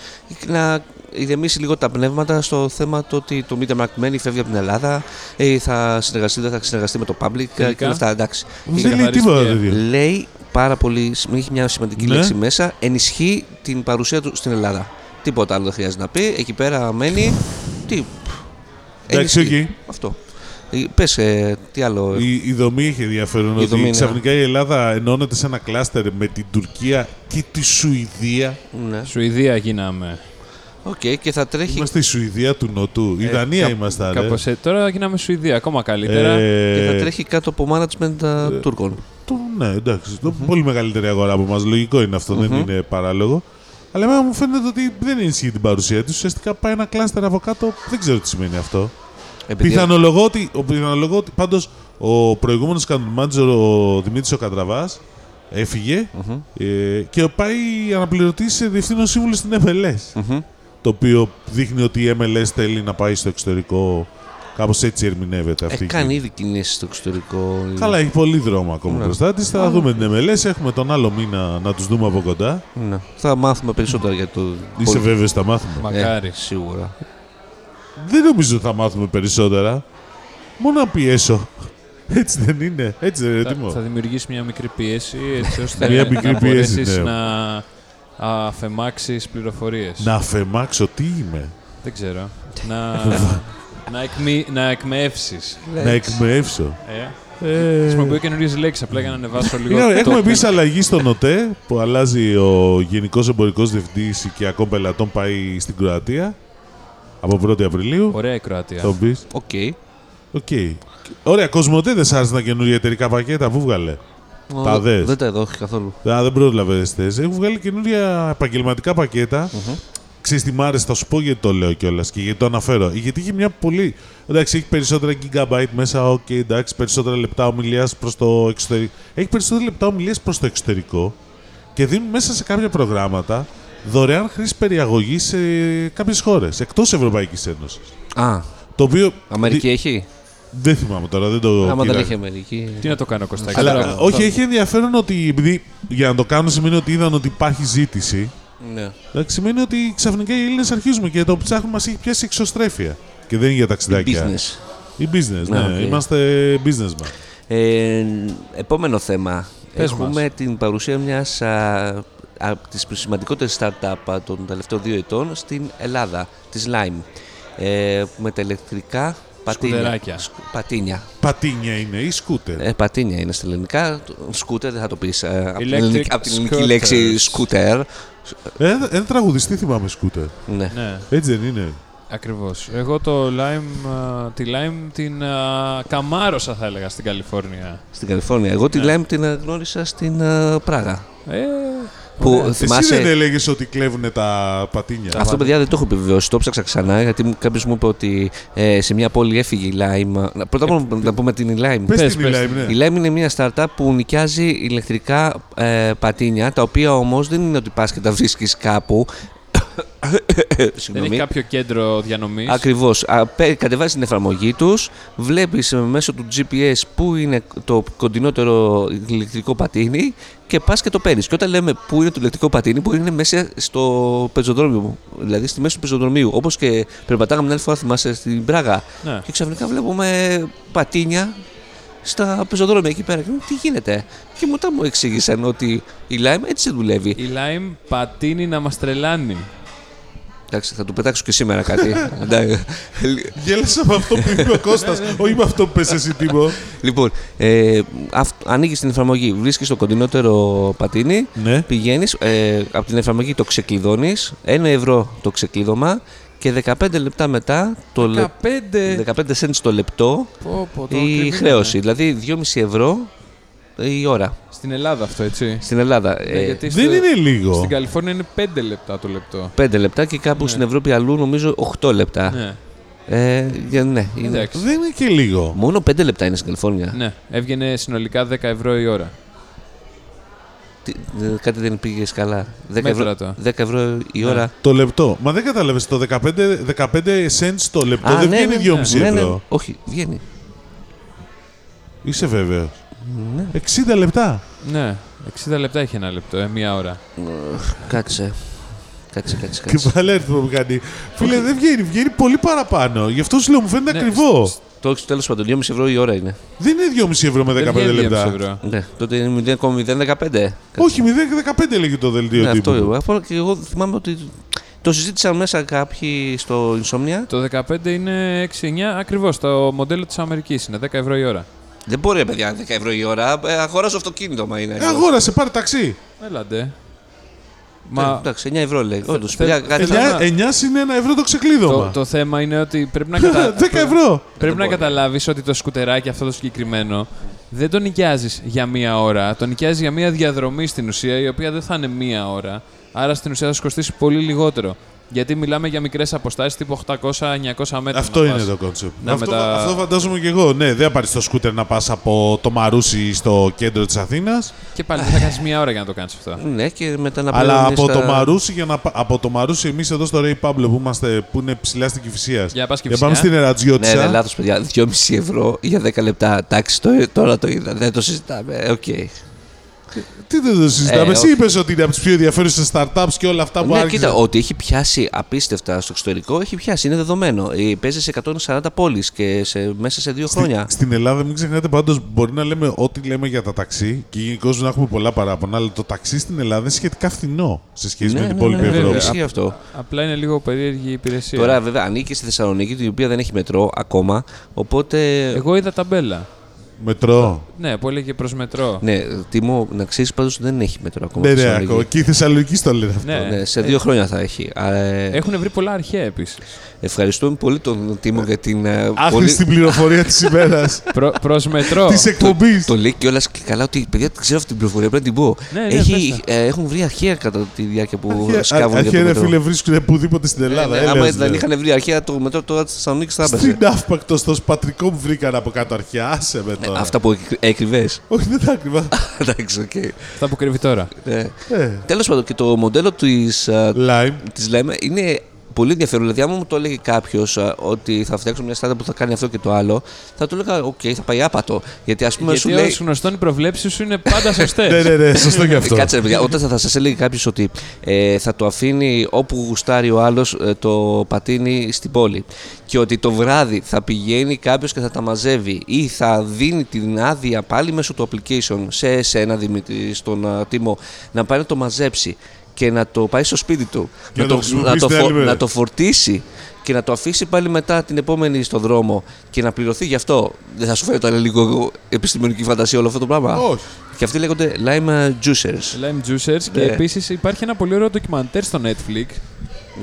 Speaker 2: να ηρεμήσει λίγο τα πνεύματα στο θέμα το ότι το Media Markt μένει, φεύγει από την Ελλάδα, ε, θα συνεργαστεί, δεν θα συνεργαστεί με το public ε, και όλα αυτά, εντάξει.
Speaker 1: Δεν λέει
Speaker 3: καθαρίστηκε.
Speaker 1: τίποτα τέτοιο.
Speaker 2: Λέει πάρα πολύ, έχει μια σημαντική
Speaker 1: Ναι.
Speaker 2: λέξη μέσα, ενισχύει την παρουσία του στην Ελλάδα. Τίποτα άλλο δεν χρειάζεται να πει, εκεί πέρα μένει, τι,
Speaker 1: Εντάξει,
Speaker 2: ενισχύει.
Speaker 1: οκ.
Speaker 2: Αυτό. Ε, Πες, ε, τι άλλο.
Speaker 1: Η, η δομή έχει ενδιαφέρον. Ότι
Speaker 2: δομή, ναι.
Speaker 1: ξαφνικά η Ελλάδα ενώνεται σε ένα κλάστερ με την Τουρκία και τη Σουηδία.
Speaker 2: Ναι.
Speaker 3: Σουηδία γίναμε.
Speaker 2: Οκ, και Ε, θα τρέχει.
Speaker 1: Είμαστε η Σουηδία του Νοτού. Η Δανία ήμασταν. ρε.
Speaker 3: Κάπως, ε, τώρα γίναμε Σουηδία, ακόμα καλύτερα.
Speaker 2: Και θα
Speaker 1: Ε,
Speaker 2: τρέχει κάτω από management ε, Τούρκων.
Speaker 1: Το, ναι, εντάξει. Το πολύ μεγαλύτερη αγορά από εμά. Λογικό είναι αυτό, δεν είναι παράλογο. Αλλά εμένα μου φαίνεται ότι δεν ενισχύει την παρουσία τους. Ουσιαστικά πάει ένα κλάστερ από κάτω. Δεν ξέρω τι σημαίνει αυτό.
Speaker 2: Επειδή-
Speaker 1: Πιθανολογώ ότι, ο, πιθανολογώ ότι πάντως ο προηγούμενος μάντζερ, ο Δημήτρης ο Κατραβάς, έφυγε, ε, και πάει αναπληρωτής σε διευθύνων σύμβουλο στην MLS. Το οποίο δείχνει ότι η MLS θέλει να πάει στο εξωτερικό. Κάπως έτσι ερμηνεύεται αυτή.
Speaker 2: Ε,
Speaker 1: η
Speaker 2: κάνει
Speaker 1: κίνηση.
Speaker 2: ήδη κινήσεις στο εξωτερικό.
Speaker 1: Καλά, έχει πολύ δρόμο ακόμα
Speaker 2: Ναι.
Speaker 1: μπροστά της. Θα δούμε την MLS. Έχουμε τον άλλο μήνα να τους δούμε από κοντά.
Speaker 2: Ναι. Θα μάθουμε περισσότερα για το. Ε,
Speaker 1: Είσαι βέβαιο ότι θα μάθουμε.
Speaker 3: Μακάρι.
Speaker 1: ε,
Speaker 2: σίγουρα.
Speaker 1: Δεν νομίζω ότι θα μάθουμε περισσότερα. Μόνο να πιέσω. Έτσι δεν είναι. Έτσι δεν είναι.
Speaker 3: Θα,
Speaker 1: Τίμω.
Speaker 3: θα δημιουργήσει μια μικρή πίεση έτσι ώστε
Speaker 1: ε, Μια μικρή
Speaker 3: να
Speaker 1: πίεση,
Speaker 3: μπορέσεις
Speaker 1: ναι.
Speaker 3: να αφεμάξεις πληροφορίες.
Speaker 1: Να φεμάξω τι είμαι.
Speaker 3: Δεν ξέρω. να, να, εκμη, να εκμεύσεις.
Speaker 1: Να εκμεεύσω.
Speaker 3: Ε.
Speaker 1: Ε,
Speaker 3: Χρησιμοποιώ καινούριες λέξεις, απλά για να ανεβάσω λίγο.
Speaker 1: Είναι,
Speaker 3: το-
Speaker 1: Ναι, έχουμε επίσης αλλαγή στον ΟΤΕ που αλλάζει ο Γενικός Εμπορικός Διευθυντής Οικιακών Πελατών πάει στην Κροατία από 1η Απριλίου.
Speaker 3: Ωραία η Κροατία.
Speaker 1: Θα μου πεις.
Speaker 2: Οκ.
Speaker 1: Οκ. Ωραία, Κοσμοτέ δεν σ' άρεσαν τα καινούργια εταιρικά πακέτα που βγάλε.
Speaker 2: Ω,
Speaker 1: Τα δες.
Speaker 2: Δεν τα έδωχε καθόλου.
Speaker 1: Α, δεν πρόλαβες χθε. Έχουν βγάλει καινούργια επαγγελματικά πακέτα. Ξέρεις τι μ' άρεσε, θα σου πω γιατί το λέω κιόλας και γιατί το αναφέρω. Γιατί είχε μια πολύ. Εντάξει, έχει περισσότερα gigabyte μέσα, οκ, εντάξει, περισσότερα λεπτά ομιλίας προς το εξωτερικό. Έχει περισσότερα λεπτά ομιλίας προς το εξωτερικό και δίνουν μέσα σε κάποια προγράμματα δωρεάν χρήση περιαγωγή σε κάποιες χώρες εκτός Ευρωπαϊκής Ένωσης.
Speaker 2: Α,
Speaker 1: Το οποίο.
Speaker 2: Αμερική
Speaker 1: δι-
Speaker 2: έχει.
Speaker 1: Δεν θυμάμαι τώρα, δεν το.
Speaker 2: Άμα δεν
Speaker 1: κοίταγα.
Speaker 2: έχει Αμερική.
Speaker 3: Τι να το κάνω, Κωστάκη.
Speaker 1: Αλλά
Speaker 3: τώρα.
Speaker 1: όχι, έχει ενδιαφέρον ότι. Επειδή για να το κάνουν σημαίνει ότι είδαν ότι υπάρχει ζήτηση.
Speaker 2: Ναι.
Speaker 1: Εντάξει, σημαίνει ότι ξαφνικά οι Έλληνες αρχίζουμε και το ψάχνουμε μας έχει πιάσει εξωστρέφεια. Και δεν είναι για ταξιδάκια.
Speaker 2: Business.
Speaker 1: Η business, ναι.
Speaker 2: οκ.
Speaker 1: Είμαστε businessman.
Speaker 2: Ε, επόμενο θέμα.
Speaker 3: Πες
Speaker 2: Έχουμε την παρουσία μιας από τις σημαντικότερε startup α, των τελευταίων δύο ετών στην Ελλάδα, της Lime. Ε, με τα ηλεκτρικά πατίνια.
Speaker 3: Σκουτεράκια.
Speaker 2: Σκ- πατίνια.
Speaker 1: Πατίνια είναι ή σκούτερ.
Speaker 2: Ε, πατίνια είναι στα ελληνικά. Το- Σκούτερ δεν θα το πεις. από την
Speaker 3: Electric
Speaker 2: ελληνική, απ' την ελληνική
Speaker 3: scooters.
Speaker 2: λέξη σκούτερ.
Speaker 1: Ε, ένα τραγουδιστή θυμάμαι σκούτερ.
Speaker 2: Ναι.
Speaker 3: Ναι,
Speaker 1: Έτσι δεν είναι.
Speaker 3: ακριβώς. Εγώ το Lime, α, τη Lime την α, καμάρωσα θα έλεγα στην Καλιφόρνια.
Speaker 2: Στην Καλιφόρνια. Εγώ τη
Speaker 3: Ναι.
Speaker 2: Lime την ε, γνώρισα στην ε, Πράγα.
Speaker 3: Ε,
Speaker 2: Που
Speaker 1: Εσύ δεν
Speaker 2: θυμάσαι.
Speaker 1: έλεγες ότι κλέβουν τα πατίνια.
Speaker 2: Αυτό, παιδιά, δεν το έχω επιβεβαιώσει. Το ψάξα ξανά γιατί κάποιος μου είπε ότι ε, σε μια πόλη έφυγε η Lime. Να- Πρώτα απ' όλα να πούμε την Lime.
Speaker 1: Πες
Speaker 3: πες,
Speaker 1: την
Speaker 3: πες
Speaker 1: μιλάει,
Speaker 3: την.
Speaker 1: ναι.
Speaker 2: Η Lime είναι μια startup που νοικιάζει ηλεκτρικά ε, πατίνια, τα οποία όμως δεν είναι ότι πας και τα βρίσκεις κάπου.
Speaker 3: δεν έχει
Speaker 2: Συγγνώμη.
Speaker 3: κάποιο κέντρο διανομής.
Speaker 2: Ακριβώς. Κατεβάζει την εφαρμογή τους, βλέπεις μέσω του GPS που είναι το κοντινότερο ηλεκτρικό πατίνι και πας και το παίρνεις. Και όταν λέμε που είναι το ηλεκτρικό πατίνι, μπορεί να είναι μέσα στο πεζοδρόμιο, δηλαδή στη μέση του πεζοδρομίου. Όπως και περπατάγαμε την άλλη φορά, θυμάσαι στην Πράγα.
Speaker 3: Ναι.
Speaker 2: Και ξαφνικά βλέπουμε πατίνια στα πεζοδρόμια εκεί πέρα. Και λέω, τι γίνεται. Και μετά μου εξήγησαν ότι η Lime έτσι δουλεύει.
Speaker 3: Η Lime πατίνει να μας τρελάνει.
Speaker 2: Εντάξει, θα του πετάξω και σήμερα κάτι. Εντάξει.
Speaker 1: Γέλασα με αυτό που είπε ο Κώστας, όχι με αυτό που πες εσύ Τίμω.
Speaker 2: Λοιπόν, ε, ανοίγεις την εφαρμογή, βρίσκεις το κοντινότερο πατίνι,
Speaker 1: Ναι.
Speaker 2: πηγαίνεις ε, από την εφαρμογή, το ξεκλειδώνεις, 1 ευρώ το ξεκλείδωμα και 15 λεπτά μετά το λε-
Speaker 3: 15.
Speaker 2: 15 cents το λεπτό
Speaker 3: Πω, πω, το ναι.
Speaker 2: η
Speaker 3: ακριβήνανε.
Speaker 2: χρέωση. Δηλαδή 2,5 ευρώ η ώρα
Speaker 3: Στην Ελλάδα αυτό, έτσι.
Speaker 2: στην Ελλάδα.
Speaker 3: Ναι,
Speaker 2: Ε,
Speaker 3: γιατί
Speaker 1: Δεν
Speaker 3: στο-
Speaker 1: είναι λίγο.
Speaker 3: Στην Καλιφόρνια είναι 5 λεπτά το λεπτό.
Speaker 2: 5 λεπτά και κάπου στην Ευρώπη αλλού νομίζω 8 λεπτά.
Speaker 3: Ναι,
Speaker 2: Ε, για- ναι, είναι-
Speaker 3: εντάξει.
Speaker 1: Δεν είναι και λίγο.
Speaker 2: Μόνο 5 λεπτά είναι στην Καλιφόρνια.
Speaker 3: Ναι, έβγαινε συνολικά 10 ευρώ η ώρα.
Speaker 2: Τι- ε, Κάτι δεν πήγες καλά. 10 ευρώ,
Speaker 3: Μέτρα τα.
Speaker 2: 10 ευρώ η
Speaker 3: Ναι.
Speaker 2: ώρα.
Speaker 1: Το λεπτό. Μα δεν κατάλαβες, το 15, 15 cents το λεπτό δεν βγαίνει 2,5
Speaker 2: ναι, ναι.
Speaker 1: ευρώ.
Speaker 2: Όχι, βγαίνει.
Speaker 1: Είσαι βέβαιος. 60 λεπτά.
Speaker 3: Ναι, 60 λεπτά έχει ένα λεπτό, ε, μία ώρα.
Speaker 2: Κάτσε. Κάτσε, κάτσε,
Speaker 1: Και
Speaker 2: κάτσε.
Speaker 1: πάλι αριθμό που κάνει. Φίλε, δεν βγαίνει, βγαίνει πολύ παραπάνω. Γι' αυτό σου λέω, μου φαίνεται
Speaker 3: Ναι,
Speaker 1: ακριβό.
Speaker 2: Το έχεις τέλος πάντων, 2,5 ευρώ η ώρα είναι.
Speaker 1: Δεν είναι 2,5 ευρώ με 15
Speaker 3: βγαίνει 2,5
Speaker 1: λεπτά.
Speaker 3: ευρώ.
Speaker 2: Ναι, τότε είναι 0,015.
Speaker 1: Όχι, 0,15 λέγει το δελτίο
Speaker 2: ναι, αυτό
Speaker 1: τύπου.
Speaker 2: εγώ. Αυτό και εγώ θυμάμαι ότι το συζήτησαν μέσα κάποιοι στο Insomnia.
Speaker 3: Το 15 είναι 6-9, ακριβώς. Το μοντέλο της Αμερικής είναι 10 ευρώ η ώρα.
Speaker 2: Δεν μπορεί, ρε παιδιά, 10 ευρώ η ώρα. Ε, Αγοράζω αυτοκίνητο, μα είναι.
Speaker 1: Ε, Αγόρασε, πάρε ταξί.
Speaker 3: Έλαντε.
Speaker 2: Μα...
Speaker 3: Μα
Speaker 2: Ναι,
Speaker 1: Ε,
Speaker 2: Εντάξει, 9 ευρώ λέει. Όντω,
Speaker 3: θε-
Speaker 2: παιδιά,
Speaker 3: θε-
Speaker 2: κάτι
Speaker 3: θε-
Speaker 1: 9
Speaker 3: να-
Speaker 1: συν 1 ευρώ το
Speaker 3: το,
Speaker 1: ξεκλείδωμα.
Speaker 3: το θέμα είναι ότι πρέπει να, κατα...
Speaker 1: 10 ευρώ.
Speaker 3: πρέπει να
Speaker 2: μπορεί.
Speaker 3: καταλάβεις ότι το σκουτεράκι αυτό το συγκεκριμένο δεν το νοικιάζεις για μία ώρα. Το νοικιάζεις για μία διαδρομή στην ουσία, η οποία δεν θα είναι μία ώρα. Άρα στην ουσία θα σου κοστίσει πολύ λιγότερο. Γιατί μιλάμε για μικρές αποστάσεις τύπου 800-900 μέτρα.
Speaker 1: Αυτό
Speaker 3: να
Speaker 1: είναι
Speaker 3: πας.
Speaker 1: το κόνσεπτ.
Speaker 3: Να,
Speaker 1: Αυτό,
Speaker 3: με τα-
Speaker 1: αυτό φαντάζομαι και εγώ. Ναι, δεν θα πάρει το σκούτερ να πας από το Μαρούσι στο κέντρο της Αθήνας,
Speaker 3: Και πάλι δεν θα κάνεις μία ώρα για να το κάνεις αυτό.
Speaker 2: Ναι, και μετά να
Speaker 1: αλλά
Speaker 2: πληρώνεις
Speaker 1: από
Speaker 2: τα-
Speaker 1: το Μαρούσι για να πα- από το Μαρούσι εμείς εδώ στο Ρέι Παύλο που, είμαστε, που είναι ψηλά στην Κυφυσία.
Speaker 3: Για να πας
Speaker 1: Για πάμε
Speaker 3: Κηφισιά.
Speaker 1: στην
Speaker 2: Ναι,
Speaker 1: Ερατζιώτησα.
Speaker 2: ναι, λάθος, παιδιά. 2,5 ευρώ για 10 λεπτά. Εντάξει, το- τώρα το είδα. Δεν το συζητάμε. Ε, Οκ.
Speaker 1: Τι δεν το συζητάμε.
Speaker 2: Ε,
Speaker 1: Εσύ
Speaker 2: όχι.
Speaker 1: είπες ότι είναι από τις πιο ενδιαφέρουσες startups και όλα αυτά που
Speaker 2: Ναι,
Speaker 1: άρχισαν.
Speaker 2: κοίτα, ότι έχει πιάσει απίστευτα στο εξωτερικό, έχει πιάσει, είναι δεδομένο. Ε, Παίζει σε 140 πόλεις και σε, μέσα σε δύο χρόνια.
Speaker 1: Στην Ελλάδα, μην ξεχνάτε πάντως, μπορεί να λέμε ό,τι λέμε για τα ταξί και γενικώς να έχουμε πολλά παράπονα, αλλά το ταξί στην Ελλάδα είναι σχετικά φθηνό σε σχέση με
Speaker 2: Ναι, ναι,
Speaker 1: την υπόλοιπη
Speaker 2: ναι, ναι,
Speaker 1: Ευρώπη.
Speaker 2: ισχύει αυτό.
Speaker 3: Απλά είναι λίγο περίεργη η υπηρεσία.
Speaker 2: Τώρα, βέβαια, ανήκει στη Θεσσαλονίκη, την οποία δεν έχει μετρό ακόμα. Οπότε.
Speaker 3: Εγώ είδα ταμπέλα.
Speaker 1: Μετρό.
Speaker 3: Ναι, που έλεγε προς μετρό.
Speaker 2: Ναι, Τιμό, να ξέρεις πάντως δεν έχει μετρό ακόμα.
Speaker 1: Ναι,
Speaker 2: στη
Speaker 1: ναι,
Speaker 2: Θεσσαλονίκη.
Speaker 1: ακόμα. Και η Θεσσαλονίκη το λένε αυτό.
Speaker 3: Ναι.
Speaker 2: Ναι, σε
Speaker 1: ε.
Speaker 2: δύο χρόνια θα έχει. Α, ε,
Speaker 3: Έχουν βρει πολλά αρχαία επίσης.
Speaker 2: Ευχαριστούμε πολύ τον Τίμο για την. ε, πολύ...
Speaker 1: Άχρηστη πληροφορία της ημέρας.
Speaker 3: προ μετρό.
Speaker 1: της εκπομπής.
Speaker 2: Το λέει κιόλας και καλά ότι παιδιά την ξέρω αυτή την πληροφορία, πρέπει να την πω.
Speaker 3: Ναι, ναι,
Speaker 2: έχει,
Speaker 3: πες
Speaker 2: ε, έχουν βρει αρχαία κατά τη διάρκεια που σκάβουν για το
Speaker 1: Αρχαία ρε
Speaker 2: μετρό.
Speaker 1: φίλε βρίσκουν πουδήποτε στην
Speaker 2: Ε,
Speaker 1: Ελλάδα.
Speaker 2: ναι,
Speaker 1: έλεος,
Speaker 2: άμα
Speaker 1: λέω.
Speaker 2: δεν είχαν βρει αρχαία το μετρό τώρα τη Θεσσαλονίκη θα έπαιζε.
Speaker 1: Στην Αύπακτο, στο σπατρικό που βρήκαν από κάτω αρχαία. Άσε με τώρα.
Speaker 2: Αυτά που έκρυβες.
Speaker 1: Όχι, δεν τα ακριβά.
Speaker 2: Εντάξει, οκ.
Speaker 3: Αυτά που κρύβει τώρα.
Speaker 1: Ε,
Speaker 2: Τέλος πάντων, και το μοντέλο της
Speaker 1: Lime.
Speaker 2: της λέμε είναι πολύ ενδιαφέρον. Δηλαδή, άμα μου το έλεγε κάποιος ότι θα φτιάξω μια στάτα που θα κάνει αυτό και το άλλο, θα του έλεγα: Οκ, θα πάει άπατο. Γιατί ας πούμε σου
Speaker 3: Γιατί ω
Speaker 2: λέει.
Speaker 3: γνωστόν οι προβλέψεις σου είναι πάντα
Speaker 1: Ναι,
Speaker 3: σωστές.
Speaker 1: ναι, ναι, σωστό και αυτό.
Speaker 2: Κάτσε, ρε παιδιά, όταν θα σας έλεγε κάποιος ότι ε, θα το αφήνει όπου γουστάρει ο άλλος το πατίνι στην πόλη και ότι το βράδυ θα πηγαίνει κάποιος και θα τα μαζεύει ή θα δίνει την άδεια πάλι μέσω του application σε εσένα, Δημήτρη, στον ε, Τίμο, να πάει να το μαζέψει και να το πάει στο σπίτι του,
Speaker 1: Και
Speaker 2: να,
Speaker 1: να
Speaker 2: το,
Speaker 1: το χρησιμοποιήσει
Speaker 2: να, το
Speaker 1: την
Speaker 2: φο-
Speaker 1: άλλη μέρα.
Speaker 2: να το φορτίσει και να το αφήσει πάλι μετά την επόμενη στο δρόμο και να πληρωθεί γι' αυτό. Δεν θα σου φαίνεται λίγο επιστημονική φαντασία όλο αυτό το πράγμα.
Speaker 1: Όχι.
Speaker 2: Και αυτοί λέγονται lime juicers.
Speaker 3: Lime Juicers και
Speaker 2: Ναι.
Speaker 3: επίσης υπάρχει ένα πολύ ωραίο ντοκιμαντέρ στο Netflix.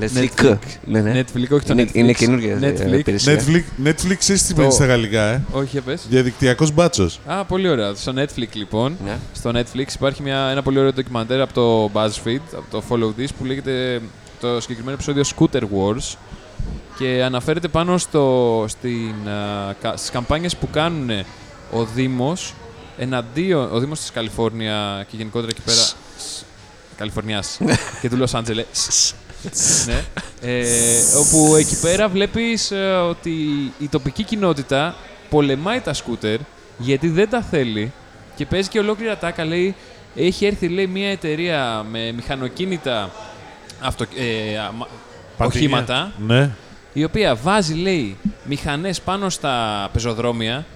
Speaker 2: Netflix. Ναι, ναι.
Speaker 3: Netflix, όχι το
Speaker 2: Είναι-
Speaker 3: Netflix.
Speaker 2: Είναι καινούργια ε,
Speaker 3: Netflix.
Speaker 2: υπηρεσία.
Speaker 1: Netflix, Netflix ξέρεις τι σημαίνει
Speaker 3: Το-
Speaker 1: στα γαλλικά, ε.
Speaker 3: Όχι, για πες.
Speaker 1: Διαδικτυακός μπάτσος.
Speaker 3: Α, πολύ ωραία. Στο Netflix λοιπόν.
Speaker 2: Ναι.
Speaker 3: Στο Netflix υπάρχει μια, ένα πολύ ωραίο ντοκιμαντέρ από το BuzzFeed, από το Follow This, που λέγεται το συγκεκριμένο επεισόδιο Scooter Wars και αναφέρεται πάνω στο, στην, α, κα- στις καμπάνιες που κάνουν ε, ο Δήμος εναντίον, ο Δήμος της Καλιφόρνια και γενικότερα εκεί πέρα Καλιφορνιάς και του Λος Άντζελες ναι. Ε, όπου εκεί πέρα βλέπεις ε, ότι η τοπική κοινότητα πολεμάει τα σκούτερ γιατί δεν τα θέλει και παίζει και ολόκληρα τάκα. Λέει, έχει έρθει λέει, μια εταιρεία με μηχανοκίνητα αυτο, ε, α, μα-
Speaker 1: Πατίνια.
Speaker 3: οχήματα
Speaker 1: Ναι.
Speaker 3: η οποία βάζει λέει μηχανές πάνω στα πεζοδρόμια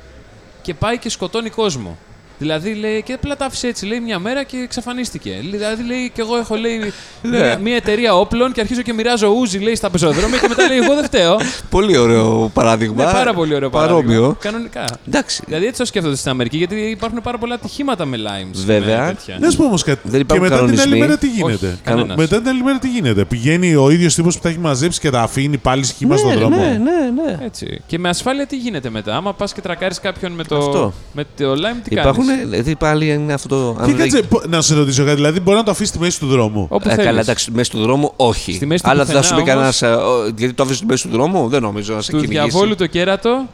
Speaker 3: και πάει και σκοτώνει κόσμο. Δηλαδή λέει, και απλά τα άφησε έτσι, λέει μια μέρα και εξαφανίστηκε. Δηλαδή λέει, και εγώ έχω
Speaker 2: Ναι.
Speaker 3: λέει μια, μια εταιρεία όπλων και αρχίζω και μοιράζω ούζι λέει στα πεζοδρόμια και μετά λέει, εγώ δεν φταίω.
Speaker 2: Πολύ ωραίο παράδειγμα.
Speaker 3: Είναι πάρα πολύ ωραίο παράδειγμα.
Speaker 2: Παρόμοιο.
Speaker 3: Κανονικά.
Speaker 2: Εντάξει.
Speaker 3: Δηλαδή έτσι το σκέφτονται στην Αμερική, γιατί υπάρχουν πάρα πολλά ατυχήματα με limes.
Speaker 2: Βέβαια. Ναι.
Speaker 3: με τέτοια.
Speaker 1: Να σου πω όμως κάτι.
Speaker 2: Δεν
Speaker 1: και
Speaker 2: υπάρχουν
Speaker 1: μετά την άλλη
Speaker 2: κανονισμοί.
Speaker 1: μέρα τι γίνεται.
Speaker 3: Όχι, κανένας.
Speaker 1: Μετά την άλλη μέρα τι γίνεται. Πηγαίνει ο ίδιος τύπος που τα έχει μαζέψει και τα αφήνει πάλι σχήμα στον δρόμο.
Speaker 2: Ναι, ναι, ναι.
Speaker 3: Έτσι. Και με ασφάλεια τι γίνεται μετά. Άμα πας και τρακάρεις κάποιον με το,
Speaker 2: Αυτό.
Speaker 3: με το lime, τι κάνει.
Speaker 2: Υπάρχουν, δηλαδή πάλι είναι αυτό το. αν
Speaker 1: Και
Speaker 2: δεν-
Speaker 1: κάτσε, πο- να σε ρωτήσω κάτι. Δηλαδή, μπορεί να το αφήσεις στη μέση του δρόμου.
Speaker 3: Όπου
Speaker 2: Ε, καλά,
Speaker 3: θέλεις.
Speaker 2: εντάξει, μέσα του δρόμου όχι.
Speaker 3: Στη μέση του
Speaker 2: Αλλά θα
Speaker 3: πουθενά,
Speaker 2: σου πει κανένας.
Speaker 3: όμως.
Speaker 2: Γιατί το άφησε στη μέση του δρόμου, δεν νομίζω να σε
Speaker 3: Του
Speaker 2: κυνηγήσει.
Speaker 3: διαβόλου το κέρατο,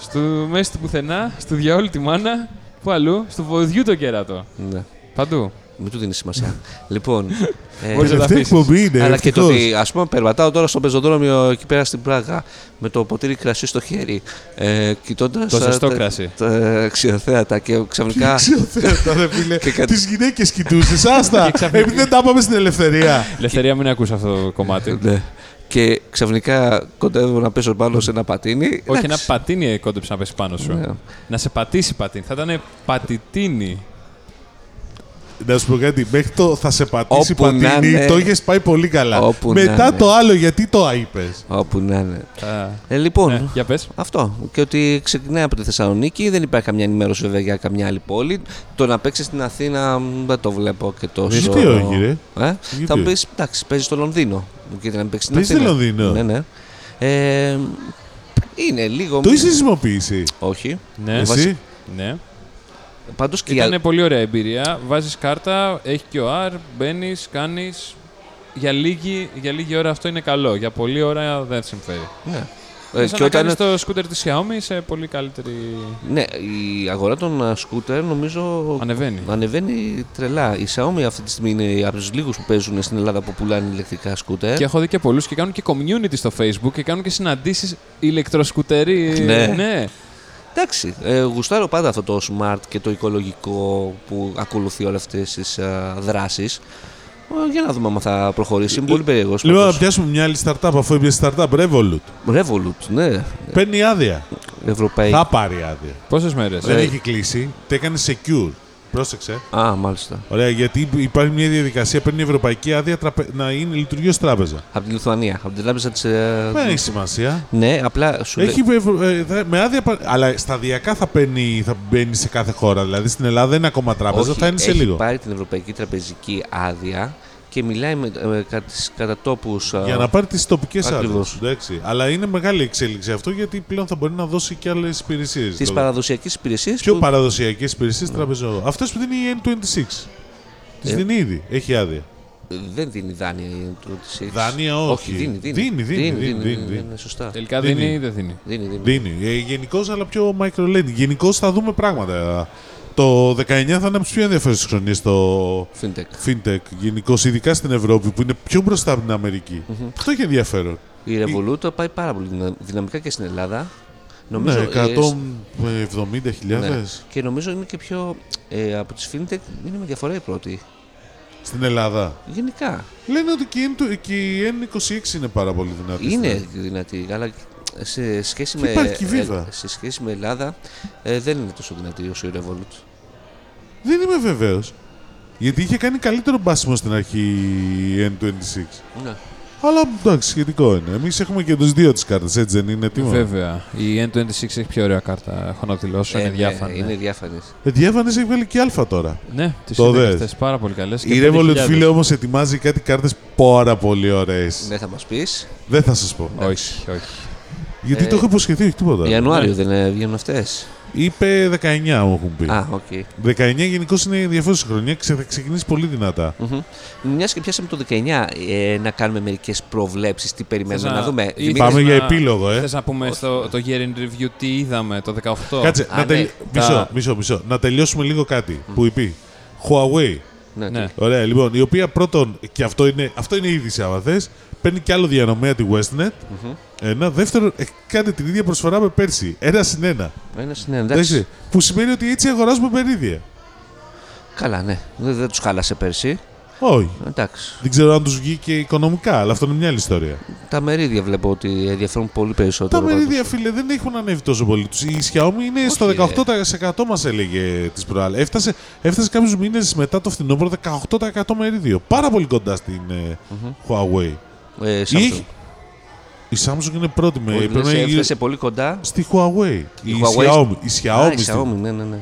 Speaker 3: στο μέση του πουθενά, στο διαόλου τη μάνα, που αλλού, στο βοδιού το κέρατο.
Speaker 2: Ναι.
Speaker 3: Παντού.
Speaker 2: Μην του δίνεις σημασία. λοιπόν. ε,
Speaker 3: Μπορείς να
Speaker 1: Τελευταία
Speaker 3: τα αφήσεις.
Speaker 1: εκπομπή είναι.
Speaker 2: Αλλά και το
Speaker 1: ευτυχώς.
Speaker 2: ότι, ας πούμε, περπατάω τώρα στο πεζοδρόμιο εκεί πέρα στην Πράγα με το ποτήρι κρασί στο χέρι, ε, κοιτώντας.
Speaker 3: Το ζεστό κρασί.
Speaker 2: Τα, τα αξιοθέατα και ξαφνικά.
Speaker 1: Αξιοθέατα, ρε φίλε.
Speaker 2: Και κα-
Speaker 1: Τις γυναίκες κοιτούσες, άστα.
Speaker 3: ξαφνικά-
Speaker 1: Επειδή δεν τα είπαμε στην ελευθερία.
Speaker 3: Ελευθερία, μην ακούς αυτό το κομμάτι.
Speaker 2: ναι. Και ξαφνικά κοντεύω να πέσω πάνω σε ένα πατίνι.
Speaker 3: Όχι, ένα
Speaker 2: Εντάξει.
Speaker 3: πατίνι κόντεψε να πέσει πάνω
Speaker 2: Ναι.
Speaker 3: σου. Να σε πατήσει πατίνι. Θα ήταν πατητίνι.
Speaker 1: Να σου πω κάτι, μέχρι το θα σε πατήσει
Speaker 2: Όπου να
Speaker 1: πατίνι,
Speaker 2: είναι.
Speaker 1: το είχες πάει πολύ καλά.
Speaker 2: Όπου να
Speaker 1: Μετά
Speaker 2: είναι.
Speaker 1: το άλλο, γιατί το είπε.
Speaker 2: Όπου να είναι.
Speaker 3: Α,
Speaker 2: Ε, λοιπόν,
Speaker 3: ναι, Για πες.
Speaker 2: Αυτό. Και ότι ξεκινάει από τη Θεσσαλονίκη, δεν υπάρχει καμιά ενημέρωση βέβαια για καμιά άλλη πόλη. Το να παίξεις στην Αθήνα μ, δεν το βλέπω και τόσο.
Speaker 1: Γιατί όχι, ρε.
Speaker 2: Ε?
Speaker 1: Γιατί
Speaker 2: Θα μου πει,
Speaker 1: όχι.
Speaker 2: εντάξει, παίζεις στο Λονδίνο. Γιατί να μην παίξεις στην
Speaker 1: Παίζεις
Speaker 2: Αθήνα.
Speaker 1: στο Λονδίνο.
Speaker 2: Ναι, ναι. Ε, είναι λίγο.
Speaker 1: Το είσαι χρησιμοποιήσει.
Speaker 2: Όχι.
Speaker 3: Ναι.
Speaker 1: Εσύ.
Speaker 3: Ναι.
Speaker 2: Πάντως και
Speaker 3: Ήταν πολύ ωραία εμπειρία. Βάζεις κάρτα, έχει QR, μπαίνεις, κάνεις. Για λίγη, για λίγη ώρα αυτό είναι καλό. Για πολλή ώρα δεν συμφέρει.
Speaker 2: Ναι.
Speaker 3: Ε,
Speaker 2: Ε,
Speaker 3: σαν
Speaker 2: και
Speaker 3: να
Speaker 2: όταν.
Speaker 3: κάνεις το σκούτερ της Xiaomi σε πολύ καλύτερη...
Speaker 2: Ναι, η αγορά των α, σκούτερ νομίζω
Speaker 3: Ανεβαίνει.
Speaker 2: ανεβαίνει τρελά. Η Xiaomi αυτή τη στιγμή είναι από τους λίγους που παίζουν στην Ελλάδα που πουλάνε ηλεκτρικά
Speaker 1: Ε.
Speaker 2: σκούτερ.
Speaker 3: Και έχω δει και πολλούς και κάνουν και community στο Facebook και κάνουν και συναντήσεις ηλεκτροσκουτερί.
Speaker 2: Ναι. Εντάξει, ε, γουστάρω πάντα αυτό το smart και το οικολογικό που ακολουθεί όλες αυτές τις δράσεις. ε, Για να δούμε αν θα προχωρήσει. Είμαι πολύ περίεργος.
Speaker 1: Λοιπόν, να πιάσουμε μια άλλη startup αφού είπε startup Revolut.
Speaker 2: Revolut, ναι.
Speaker 1: Παίρνει άδεια.
Speaker 2: Ευρωπαϊκή.
Speaker 1: Θα πάρει άδεια.
Speaker 3: Πόσες μέρες.
Speaker 1: Δεν
Speaker 2: Ε.
Speaker 1: έχει κλείσει. Τα έκανε secure. Πρόσεξε.
Speaker 2: Α, μάλιστα.
Speaker 1: Ωραία, γιατί υπάρχει μια διαδικασία, παίρνει η ευρωπαϊκή άδεια τραπε- να είναι, λειτουργεί ως τράπεζα.
Speaker 2: Από τη Λιθουανία. Από την τράπεζα της.
Speaker 1: Δεν έχει σημασία.
Speaker 2: Ναι, απλά σου
Speaker 1: Ε, Έχει,
Speaker 2: λέει.
Speaker 1: ευρω- ε, δε- με άδεια, πα- αλλά σταδιακά θα, παίρνει, θα μπαίνει σε κάθε χώρα. Δηλαδή στην Ελλάδα δεν είναι ακόμα τράπεζα,
Speaker 2: Όχι,
Speaker 1: θα είναι σε
Speaker 2: έχει
Speaker 1: λίγο.
Speaker 2: πάρει την Ευρωπαϊκή Τραπεζική Άδεια και μιλάει με, με κα- τις κατατόπους, α,
Speaker 1: Για να πάρει τις τοπικές άδειε.
Speaker 2: Ακριβώς.
Speaker 1: Αλλά είναι μεγάλη εξέλιξη αυτό γιατί πλέον θα μπορεί να δώσει και άλλες υπηρεσίες.
Speaker 2: τις παραδοσιακές υπηρεσίες
Speaker 1: Πιο
Speaker 2: που-
Speaker 1: παραδοσιακές υπηρεσίες τραπεζών. Αυτό που δίνει η N26. Τη
Speaker 2: Ε.
Speaker 1: δίνει ήδη. Έχει άδεια.
Speaker 2: Δεν δίνει δάνεια η N26.
Speaker 1: Δάνεια όχι.
Speaker 2: δίνει, δίνει.
Speaker 1: Δίνει, δίνει, δίνει, δίνει.
Speaker 2: ναι, σωστά.
Speaker 3: Τελικά
Speaker 1: Δίνει.
Speaker 3: δίνει ή δεν δίνει.
Speaker 2: Δίνει, δίνει.
Speaker 1: Δίνει. Ε, Γενικώς, αλλά πιο micro lending. Γενικώς θα δούμε πράγματα. Το 19 θα είναι από τις πιο ενδιαφέρουσες χρονίε το
Speaker 2: Fintech.
Speaker 1: fintech γενικώς, ειδικά στην Ευρώπη που είναι πιο μπροστά από την αμερικη Αυτό έχει ενδιαφέρον.
Speaker 2: Η Revolut πάει πάρα πολύ δυνα- δυναμικά και στην Ελλάδα. Νομίζω,
Speaker 1: Ναι,
Speaker 2: ε,
Speaker 1: 170.000.
Speaker 2: ναι. Και νομίζω είναι και πιο. ε, από τις fintech είναι με διαφορά η πρώτη. Ναι.
Speaker 1: Στην Ελλάδα.
Speaker 2: Γενικά.
Speaker 1: Λένε ότι και η N- και η N26 είναι πάρα πολύ δυνατή.
Speaker 2: Είναι
Speaker 1: στην-
Speaker 2: δυνατή, αλλά σε σχέση,
Speaker 1: Και
Speaker 2: με,
Speaker 1: υπάρχει και η Viva.
Speaker 2: ε, σε σχέση με Ελλάδα ε, δεν είναι τόσο δυνατή όσο η Revolut.
Speaker 1: Δεν είμαι βεβαίως. Γιατί είχε κάνει καλύτερο μπάσιμο στην αρχή η N26.
Speaker 2: Ναι.
Speaker 1: Αλλά εντάξει, σχετικό είναι. Εμείς έχουμε και τους δύο τη κάρτα, έτσι δεν είναι. Τι μόνο.
Speaker 3: Βέβαια. Η N26 έχει πιο ωραία κάρτα. Έχω να δηλώσω. είναι
Speaker 2: ναι,
Speaker 3: διάφανη.
Speaker 2: Είναι διάφανες.
Speaker 1: Ε, Διάβανε έχει βγάλει και Α τώρα.
Speaker 3: Ναι, τις
Speaker 1: Το
Speaker 3: είναι
Speaker 1: δες.
Speaker 3: αυτές, πάρα πολύ καλές.
Speaker 1: Η Revolut, φίλε, όμως ετοιμάζει κάτι κάρτες πάρα πολύ ωραίες.
Speaker 2: Ναι, θα μας πεις.
Speaker 1: Δεν θα σας πω.
Speaker 3: Όχι, όχι.
Speaker 1: Γιατί
Speaker 2: Ε,
Speaker 1: το έχω υποσχεθεί, όχι τίποτα.
Speaker 2: Ιανουάριο δεν ε, βγαίνουν αυτές.
Speaker 1: Είπε 19 μου έχουν πει.
Speaker 2: Α, οκ.
Speaker 1: 19 γενικώς είναι ενδιαφέρουσα χρονιά και θα ξεκινήσει πολύ δυνατά.
Speaker 2: Μιας και πιάσαμε το 19, ε, να κάνουμε μερικές προβλέψεις, τι περιμένουμε
Speaker 3: Θες
Speaker 2: να,
Speaker 3: να-
Speaker 2: δούμε.
Speaker 3: ή-
Speaker 2: Δημήτρη,
Speaker 1: Πάμε
Speaker 3: θες
Speaker 1: για
Speaker 3: να-
Speaker 1: επίλογο, ε.
Speaker 3: Θες να πούμε στο το year in review τι είδαμε το 18.
Speaker 1: Κάτσε,
Speaker 2: Α,
Speaker 1: να, τελει-
Speaker 2: ναι.
Speaker 1: μισό,
Speaker 3: Τα-
Speaker 1: μισό, μισό. να τελειώσουμε λίγο κάτι που είπε. Huawei.
Speaker 2: ναι,
Speaker 3: Ναι.
Speaker 2: τι-
Speaker 1: Ωραία, λοιπόν, η οποία πρώτον, και αυτό είναι, αυτό είναι η είδηση, άμα θες, παίρνει και άλλο διανομέα τη Westnet. Ένα. Δεύτερον, ε, κάντε την ίδια προσφορά με πέρσι. Ένα συν ένα.
Speaker 2: Ένα είναι ναι, εντάξει.
Speaker 1: Εντάξει, Που σημαίνει ότι έτσι αγοράζουμε μερίδια.
Speaker 2: Καλά, ναι. Δεν, δεν τους χάλασε πέρσι.
Speaker 1: Όχι.
Speaker 2: Εντάξει.
Speaker 1: Δεν ξέρω αν τους βγήκε οικονομικά, αλλά αυτό είναι μια άλλη ιστορία.
Speaker 2: Τα μερίδια βλέπω ότι ενδιαφέρουν πολύ
Speaker 1: Τα
Speaker 2: περισσότερο.
Speaker 1: μερίδια, φίλε, δεν έχουν ανέβει τόσο πολύ. Τους- Η Xiaomi είναι στο
Speaker 2: ρε.
Speaker 1: 18% μας έλεγε της προάλλη. Έφτασε, έφτασε κάποιους μήνες μετά το φθινόπωρο 18% μερίδιο. Πάρα πολύ κοντά στην ε, Huawei.
Speaker 2: πάντως. Ε,
Speaker 1: Η,
Speaker 2: Samsung.
Speaker 1: έχει- η Samsung είναι πρώτη με.
Speaker 2: Πολύ-
Speaker 1: πρέπει να
Speaker 2: σε-
Speaker 1: είναι
Speaker 2: Έφτασε πολύ κοντά.
Speaker 1: Στη Huawei. Η,
Speaker 2: Huawei-
Speaker 1: Xiaomi. Η Xiaomi,
Speaker 2: Α, η
Speaker 1: στην-
Speaker 2: Xiaomi, ναι, ναι, ναι.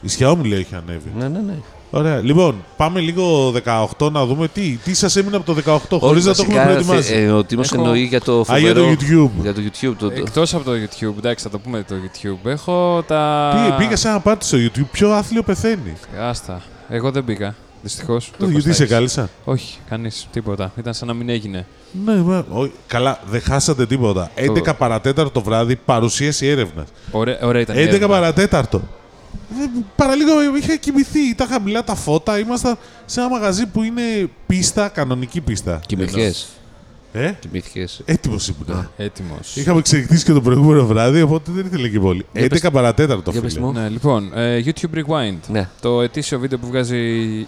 Speaker 1: η Xiaomi λέει έχει ανέβει.
Speaker 2: ναι, ναι, ναι.
Speaker 1: Ωραία. Λοιπόν, πάμε λίγο 18 να δούμε τι, τι σας έμεινε από το 18 χωρίς να το έχουμε
Speaker 2: Βασικά,
Speaker 1: προετοιμάσει.
Speaker 2: ε, ο Τίμος
Speaker 3: Έχω-
Speaker 2: εννοεί για το
Speaker 1: Α, για το
Speaker 2: φοβερό...
Speaker 1: YouTube.
Speaker 2: για το YouTube. το- το-
Speaker 3: Εκτός από το YouTube, εντάξει, θα το πούμε το YouTube. Έχω τα.
Speaker 1: Τι, πήγα σε ένα πάρτι στο YouTube, πιο άθλιο πεθαίνει.
Speaker 3: Άστα. Εγώ δεν πήγα. Δυστυχώ.
Speaker 1: Γιατί σε κάλεσα.
Speaker 3: Όχι, κανείς. Τίποτα. Ήταν σαν να μην έγινε.
Speaker 1: Ναι, μα, ο- καλά, δεν χάσατε τίποτα. 11 παρατέταρτο το βράδυ παρουσίαση έρευνας.
Speaker 3: Ωραία, ωραία ήταν. η
Speaker 1: 11
Speaker 3: έρευνα.
Speaker 1: παρατέταρτο. Ε, Παραλίγο είχα κοιμηθεί, ήταν χαμηλά τα φώτα, ήμασταν σε ένα μαγαζί που είναι πίστα, κανονική πίστα.
Speaker 2: Κοιμηθιές.
Speaker 1: Ε,
Speaker 2: Κοιμηθιές.
Speaker 1: έτοιμο ήμουν.
Speaker 3: Έτοιμος.
Speaker 1: Είχαμε ξεχτήσει και το προηγούμενο βράδυ, οπότε δεν ήθελε και πολύ. 11 παρατέταρτο,
Speaker 2: Για πες
Speaker 1: φίλε.
Speaker 2: μου.
Speaker 3: Ναι, λοιπόν, ε, YouTube Rewind.
Speaker 2: Ναι.
Speaker 3: Το ετήσιο βίντεο που βγάζει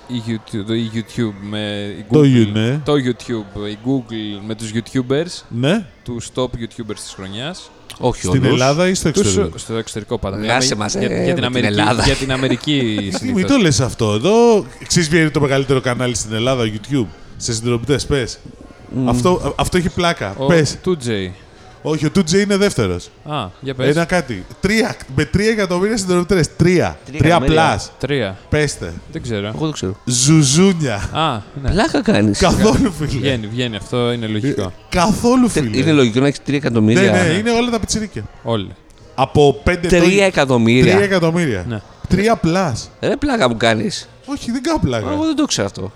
Speaker 3: η YouTube, το η YouTube με η
Speaker 1: Το
Speaker 3: Google,
Speaker 1: ναι.
Speaker 3: το YouTube, η Google με τους YouTubers,
Speaker 1: Ναι,
Speaker 3: τους top YouTubers της χρονιάς.
Speaker 2: Όχι
Speaker 1: στην
Speaker 2: όλους.
Speaker 1: Ελλάδα ή στο
Speaker 3: Τους,
Speaker 1: εξωτερικό.
Speaker 3: στο εξωτερικό πάντα.
Speaker 2: Λάσε
Speaker 3: Μιλάμε
Speaker 2: μας,
Speaker 3: για,
Speaker 2: ε,
Speaker 3: για
Speaker 2: με
Speaker 3: την
Speaker 2: την
Speaker 3: Αμερική,
Speaker 2: Ελλάδα.
Speaker 3: Για την Αμερική
Speaker 1: Μην
Speaker 3: συνήθως.
Speaker 1: Ε, το λες αυτό. Εδώ ξέρεις ποιο είναι το μεγαλύτερο κανάλι στην Ελλάδα, YouTube. Σε συνδρομητές, πες. Αυτό, αυτό έχει πλάκα.
Speaker 3: Ο
Speaker 1: Πες.
Speaker 3: 2J.
Speaker 1: Όχι, ο 2J είναι δεύτερος.
Speaker 3: Α, για πες.
Speaker 1: Ένα κάτι. Τρία, με τρία εκατομμύρια συνδρομητέ. Τρία.
Speaker 2: Τρία
Speaker 1: Τρία
Speaker 2: εκατομμύρια.
Speaker 1: πλάσ.
Speaker 3: Τρία.
Speaker 1: Πέστε.
Speaker 3: Δεν ξέρω.
Speaker 2: Εγώ δεν ξέρω.
Speaker 1: Ζουζούνια.
Speaker 3: Α, ναι.
Speaker 2: Πλάκα κάνεις.
Speaker 1: Καθόλου φίλε.
Speaker 3: Βγαίνει, βγαίνει. Αυτό είναι
Speaker 1: Ε,
Speaker 3: λογικό.
Speaker 1: Καθόλου
Speaker 2: Τε-
Speaker 1: φίλε.
Speaker 2: Είναι λογικό να έχεις 3
Speaker 1: Ναι,
Speaker 2: εκατομμύρια.
Speaker 1: ναι, είναι όλα τα πιτσιρίκια.
Speaker 3: Όλοι.
Speaker 1: Από πέντε ετών-
Speaker 2: 3
Speaker 1: τρία
Speaker 2: εκατομμύρια.
Speaker 1: εκατομμύρια.
Speaker 3: Ναι.
Speaker 1: Τρία πλάσ.
Speaker 2: Ρε πλάκα μου κάνεις.
Speaker 1: Όχι, δεν κάνω πλάκα.
Speaker 2: Εγώ δεν το ξέρω αυτό.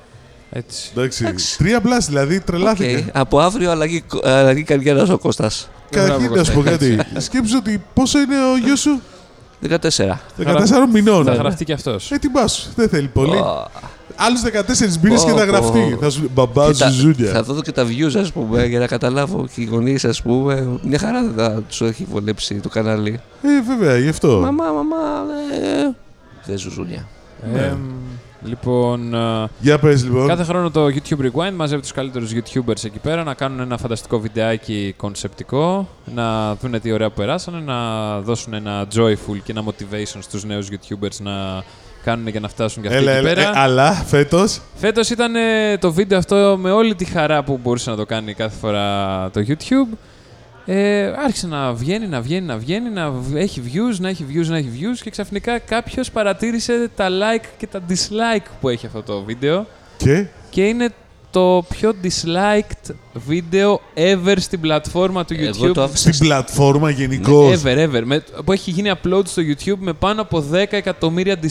Speaker 3: Έτσι.
Speaker 1: Εντάξει.
Speaker 2: Εντάξει.
Speaker 1: Τρία πλάσ, δηλαδή τρελάθηκα.
Speaker 2: Οκ. Ε, Από αύριο αλλαγή, αλλαγή καριέρας ο Κώστας.
Speaker 1: Καταρχήν,
Speaker 3: Μπράβο,
Speaker 1: να σου πω κάτι. Σκέψου ότι πόσο είναι ο γιος σου
Speaker 2: 14.
Speaker 1: 14 μηνών. Ναι.
Speaker 3: Θα γραφτεί και αυτός.
Speaker 1: Ε, Ετοιμάσου. Δεν θέλει πολύ.
Speaker 2: Ω,
Speaker 1: άλλους 14 μπύρε και
Speaker 2: Πω,
Speaker 1: θα γραφτεί.
Speaker 2: πω.
Speaker 1: Θα σου μπαμπά
Speaker 2: Και τα- Θα
Speaker 1: ζουζούνια.
Speaker 2: δω και τα views, ας πούμε, για να καταλάβω. Και οι γονείς, ας πούμε, μια χαρά δεν θα τους έχει βολέψει το κανάλι.
Speaker 1: Ε, βέβαια, γι' αυτό.
Speaker 2: Μαμά, μαμά, ε, δεν ζουζούνια.
Speaker 1: ναι.
Speaker 3: Ε, λοιπόν, ε,
Speaker 1: Για πες λοιπόν.
Speaker 3: κάθε χρόνο το YouTube Rewind μαζεύει τους καλύτερους YouTubers εκεί πέρα να κάνουν ένα φανταστικό βιντεάκι κονσεπτικό, να δουν τι ωραία που περάσανε, να δώσουν ένα joyful και ένα motivation στους νέους YouTubers να κάνουν για να φτάσουν και αυτοί
Speaker 1: Έλα,
Speaker 3: εκεί
Speaker 1: έλα,
Speaker 3: πέρα.
Speaker 1: ε, αλλά φέτος.
Speaker 3: Φέτος ήταν ε, το βίντεο αυτό με όλη τη χαρά που μπορούσε να το κάνει κάθε φορά το YouTube. Ε, άρχισε να βγαίνει, να βγαίνει, να βγαίνει, να β- έχει views, να έχει views, να έχει views και ξαφνικά κάποιος παρατήρησε τα like και τα dislike που έχει αυτό το βίντεο
Speaker 1: Και.
Speaker 3: και είναι το πιο disliked βίντεο ever στην πλατφόρμα του YouTube.
Speaker 2: Εγώ το άφησα.
Speaker 1: Στην πλατφόρμα γενικώς.
Speaker 3: Ever, ever. με- που έχει γίνει upload στο YouTube με πάνω από 10 εκατομμύρια dislike.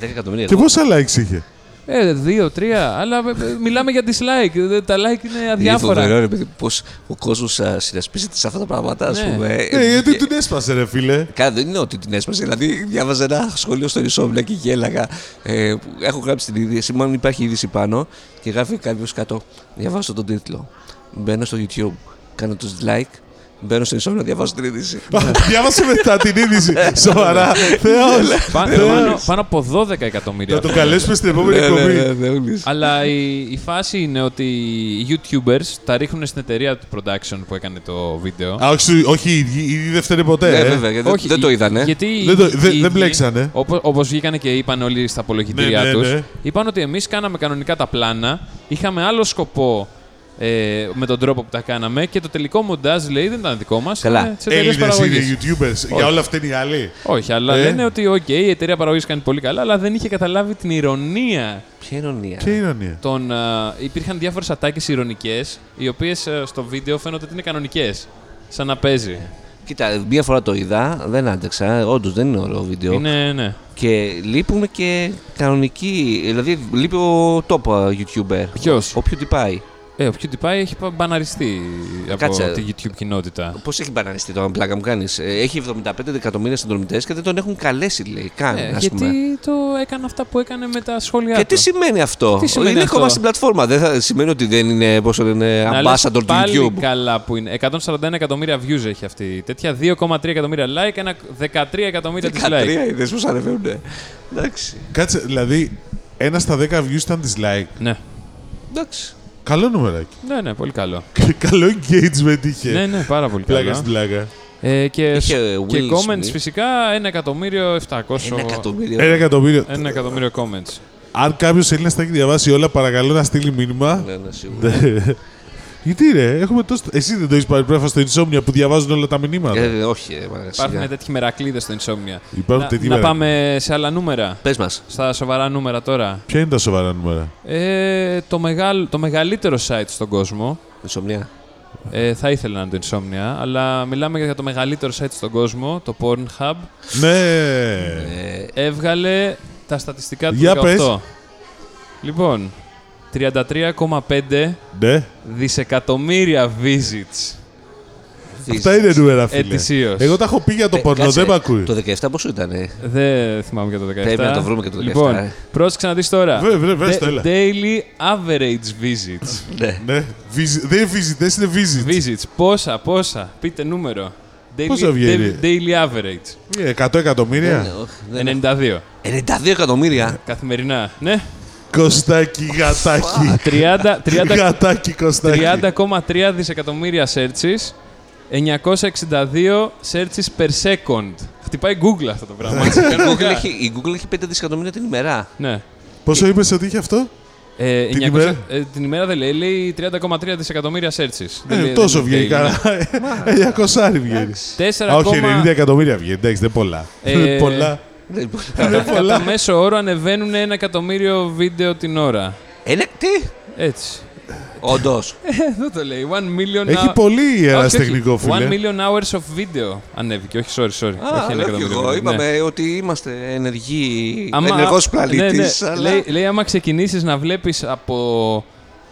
Speaker 2: 10 εκατομμύρια.
Speaker 1: Και πόσα likes είχε.
Speaker 3: Ε, δύο, τρία, αλλά ε, ε, μιλάμε για dislike. Ε, Τα like είναι αδιάφορα.
Speaker 2: Είναι φοβερό, ρε παιδί, πώς ο κόσμος συνασπίζεται σε αυτά τα πράγματα, ας
Speaker 3: Ναι.
Speaker 2: πούμε. Ε,
Speaker 1: Ναι, γιατί
Speaker 2: Και-
Speaker 1: την έσπασε, ρε φίλε.
Speaker 2: Καλά, δεν είναι ότι την έσπασε. Δηλαδή, διάβαζα ένα σχολείο στο Ισόβλα και γέλαγα. Ε, που έχω γράψει την είδηση, μάλλον υπάρχει είδηση πάνω και γράφει κάποιος κάτω. Διαβάζω τον τίτλο. Μπαίνω στο YouTube, κάνω το like, μπαίνω στο Ισόβλα, διαβάζω την είδηση.
Speaker 1: Διάβασε μετά την είδηση. Σοβαρά. Θεός.
Speaker 3: Πα- πάνω, πάνω από 12 εκατομμύρια.
Speaker 1: Να τον καλέσουμε στην επόμενη
Speaker 2: Ναι, ναι, ναι,
Speaker 1: εκπομπή.
Speaker 2: ναι, όλες.
Speaker 3: Αλλά η, η φάση είναι ότι οι YouTubers τα ρίχνουν στην εταιρεία του production που έκανε το βίντεο.
Speaker 1: Α, όχι, σου- όχι, οι ίδιοι- οι ίδιοι δεν φταίνε ποτέ.
Speaker 2: Ναι,
Speaker 1: ε.
Speaker 2: βέβαια, δεν- δεν το
Speaker 3: οι-
Speaker 2: είδανε.
Speaker 3: Γιατί οι
Speaker 1: Δεν το-
Speaker 3: ίδιοι-
Speaker 1: δεν-
Speaker 3: οι
Speaker 1: δεν
Speaker 3: ίδιοι,
Speaker 1: μπλέξανε.
Speaker 3: Όπως όπως βγήκανε και είπαν όλοι στα απολογητήριά
Speaker 1: Ναι, ναι,
Speaker 3: τους,
Speaker 1: ναι.
Speaker 3: είπαν ότι εμείς κάναμε κανονικά τα πλάνα, είχαμε άλλο σκοπό ε, με τον τρόπο που τα κάναμε και το τελικό μοντάζ λέει δεν ήταν δικό μας,
Speaker 2: Καλά.
Speaker 3: ήταν της εταιρείας
Speaker 1: Έλληνες είναι
Speaker 3: παραγωγής.
Speaker 1: οι YouTubers. Για όλα αυτά είναι οι άλλοι.
Speaker 3: Όχι, αλλά
Speaker 1: Ε.
Speaker 3: λένε ότι οκ, η εταιρεία παραγωγής κάνει πολύ καλά, αλλά δεν είχε καταλάβει την ηρωνία
Speaker 2: Ποια ηρωνία.
Speaker 1: Ποια ηρωνία.
Speaker 3: των. α, υπήρχαν διάφορες ατάκες ηρωνικές, οι οποίες στο βίντεο φαίνονται ότι είναι κανονικές. Σαν να παίζει.
Speaker 2: Κοίτα, μία φορά το είδα, δεν άντεξα. Όντως δεν είναι ωραίο βίντεο.
Speaker 3: Είναι, ναι.
Speaker 2: Και λείπουμε και κανονική. Δηλαδή, λείπει ο τόπο YouTuber.
Speaker 3: Ποιος?
Speaker 2: Ο PewDiePie.
Speaker 3: Ε, ο PewDiePie έχει πα- μπαναριστεί από
Speaker 2: Κάτσε.
Speaker 3: τη YouTube κοινότητα.
Speaker 2: Πώς έχει μπαναριστεί τώρα, πλάκα μου κάνεις. Έχει 75 εκατομμύρια συνδρομητές και δεν τον έχουν καλέσει, λέει. Καν,
Speaker 3: Ε,
Speaker 2: ας πούμε.
Speaker 3: γιατί το έκανε αυτά που έκανε με τα σχόλιά
Speaker 2: Και
Speaker 3: του.
Speaker 2: τι σημαίνει αυτό.
Speaker 3: Τι σημαίνει
Speaker 2: είναι
Speaker 3: αυτό?
Speaker 2: ακόμα στην πλατφόρμα. Δεν θα, σημαίνει ότι δεν είναι, πόσο είναι,
Speaker 3: Να λες
Speaker 2: ambassador του
Speaker 3: πάλι
Speaker 2: YouTube.
Speaker 3: καλά που είναι. 141 εκατομμύρια views έχει αυτή. Τέτοια 2,3 εκατομμύρια like, ένα 13 εκατομμύρια dislike.
Speaker 2: Κατρία είδες πώς ανεβαίνουν. Εντάξει.
Speaker 1: Κάτσε, δηλαδή, ένα στα 10 views ήταν dislike.
Speaker 3: Ναι.
Speaker 2: Εντάξει.
Speaker 1: Καλό νούμεράκι.
Speaker 3: ναι, ναι, πολύ καλό.
Speaker 1: Και Καλό engagement είχε.
Speaker 3: ναι, ναι, πάρα πολύ
Speaker 1: Πλάκα
Speaker 3: καλό.
Speaker 1: στην πλάκα.
Speaker 3: Ε, και,
Speaker 2: Είχε
Speaker 3: και
Speaker 2: Will
Speaker 3: comments
Speaker 2: Smith.
Speaker 3: φυσικά 1 εκατομμύριο 700.
Speaker 2: Ένα εκατομμύριο.
Speaker 1: Ένα εκατομμύριο.
Speaker 3: Ένα εκατομμύριο comments.
Speaker 1: Αν κάποιος Έλληνας τα έχει διαβάσει όλα, παρακαλώ να στείλει μήνυμα.
Speaker 2: Ναι, ναι, σίγουρα.
Speaker 1: Γιατί ρε, έχουμε τόσο. Εσύ δεν το έχεις πάρει πρέφα στο Insomnia που διαβάζουν όλα τα μηνύματα.
Speaker 2: Ε, όχι, ρε, μαλάκα, σιγά.
Speaker 3: Υπάρχουν τέτοιοι μερακλείδες στο Insomnia.
Speaker 1: Υπάρχουν
Speaker 3: να,
Speaker 1: τέτοιοι
Speaker 3: να
Speaker 1: μερακλείδες.
Speaker 3: πάμε σε άλλα νούμερα.
Speaker 2: Πες μας.
Speaker 3: Στα σοβαρά νούμερα τώρα.
Speaker 1: Ποια είναι τα σοβαρά νούμερα.
Speaker 3: Ε, το, μεγαλ, το μεγαλύτερο site στον κόσμο.
Speaker 2: Ισομνία.
Speaker 3: Ε, θα ήθελα να είναι το Insomnia, αλλά μιλάμε για το μεγαλύτερο site στον κόσμο, το Pornhub. ε,
Speaker 1: Ναι.
Speaker 3: Έβγαλε τα στατιστικά του
Speaker 1: Για
Speaker 3: 18.
Speaker 1: πες.
Speaker 3: Λοιπόν, 33,5
Speaker 1: Ναι.
Speaker 3: δισεκατομμύρια visits
Speaker 1: Αυτά είναι νούμερα, φίλε.
Speaker 3: ετησίως.
Speaker 1: Εγώ τα έχω πει για το πορνό, δεν με ακούει.
Speaker 2: Ε, Το 17 πόσο ήταν. ε?
Speaker 3: Δεν θυμάμαι για το 17.
Speaker 2: Πρέπει να το βρούμε και το 17,
Speaker 3: Λοιπόν,
Speaker 2: ε.
Speaker 3: πρόσεξε να δεις τώρα.
Speaker 1: Βρε, βρε, βρες
Speaker 3: The
Speaker 1: το, έλα.
Speaker 3: Daily average visits.
Speaker 2: Ναι.
Speaker 1: Ναι. Visit- Δεν είναι visitors, είναι visit.
Speaker 3: visits. Πόσα, πόσα. Πείτε νούμερο. Daily,
Speaker 1: Πόσα βγαίνει?
Speaker 3: da- Daily average.
Speaker 1: Ε, 100
Speaker 3: Ναι,
Speaker 1: εκατομμύρια.
Speaker 2: Δεν είναι.
Speaker 3: 92.
Speaker 2: 92 εκατομμύρια.
Speaker 3: Καθημερινά. Ναι.
Speaker 1: Κωστάκι, γατάκι.
Speaker 3: 30, 30,
Speaker 1: Γατάκι, Κωστάκι.
Speaker 3: 30,3 δισεκατομμύρια searches. 962 searches per second. Χτυπάει Google αυτό το πράγμα.
Speaker 1: Ναι.
Speaker 2: Η Google έχει- Η Google έχει 5 δισεκατομμύρια την ημέρα.
Speaker 3: ναι.
Speaker 1: Πόσο είπες ότι είχε αυτό,
Speaker 3: Ε,
Speaker 1: Την
Speaker 3: 900
Speaker 1: ημέρα?
Speaker 3: ε, την ημέρα δεν λέει, λέει 30,3 δισεκατομμύρια searches. Δεν
Speaker 1: Ε,
Speaker 3: λέει-
Speaker 1: Τόσο
Speaker 3: δεν λέει,
Speaker 1: βγαίνει καλά. 900 βγαίνει.
Speaker 3: Τέσσερα
Speaker 1: Α, όχι,
Speaker 3: ακόμα-
Speaker 1: 90 εκατομμύρια βγαίνει. Εντάξει, δεν πολλά.
Speaker 3: Ε,
Speaker 1: Πολλά.
Speaker 2: Δεν μπορεί.
Speaker 1: Δεν
Speaker 3: Κατά
Speaker 1: πολλά.
Speaker 3: μέσο όρο ανεβαίνουν ένα εκατομμύριο βίντεο την ώρα.
Speaker 2: Ένα. Τι.
Speaker 3: Έτσι.
Speaker 2: Όντως.
Speaker 3: Ε, Εδώ το λέει. One million
Speaker 1: Έχει
Speaker 3: hou-
Speaker 1: πολύ
Speaker 3: Όχι,
Speaker 1: ένας
Speaker 3: όχι.
Speaker 1: τεχνικό
Speaker 3: One
Speaker 1: φίλε.
Speaker 3: million hours of video ανέβηκε. Όχι, sorry, sorry. όχι, ένα εκατομμύριο
Speaker 2: εγώ.
Speaker 3: video, ναι.
Speaker 2: Είπαμε ότι είμαστε ενεργοί.
Speaker 3: Άμα-
Speaker 2: Ενεργός
Speaker 3: ναι,
Speaker 2: πλανήτη.
Speaker 3: ναι. Λέει, λέει, άμα ξεκινήσεις να βλέπεις από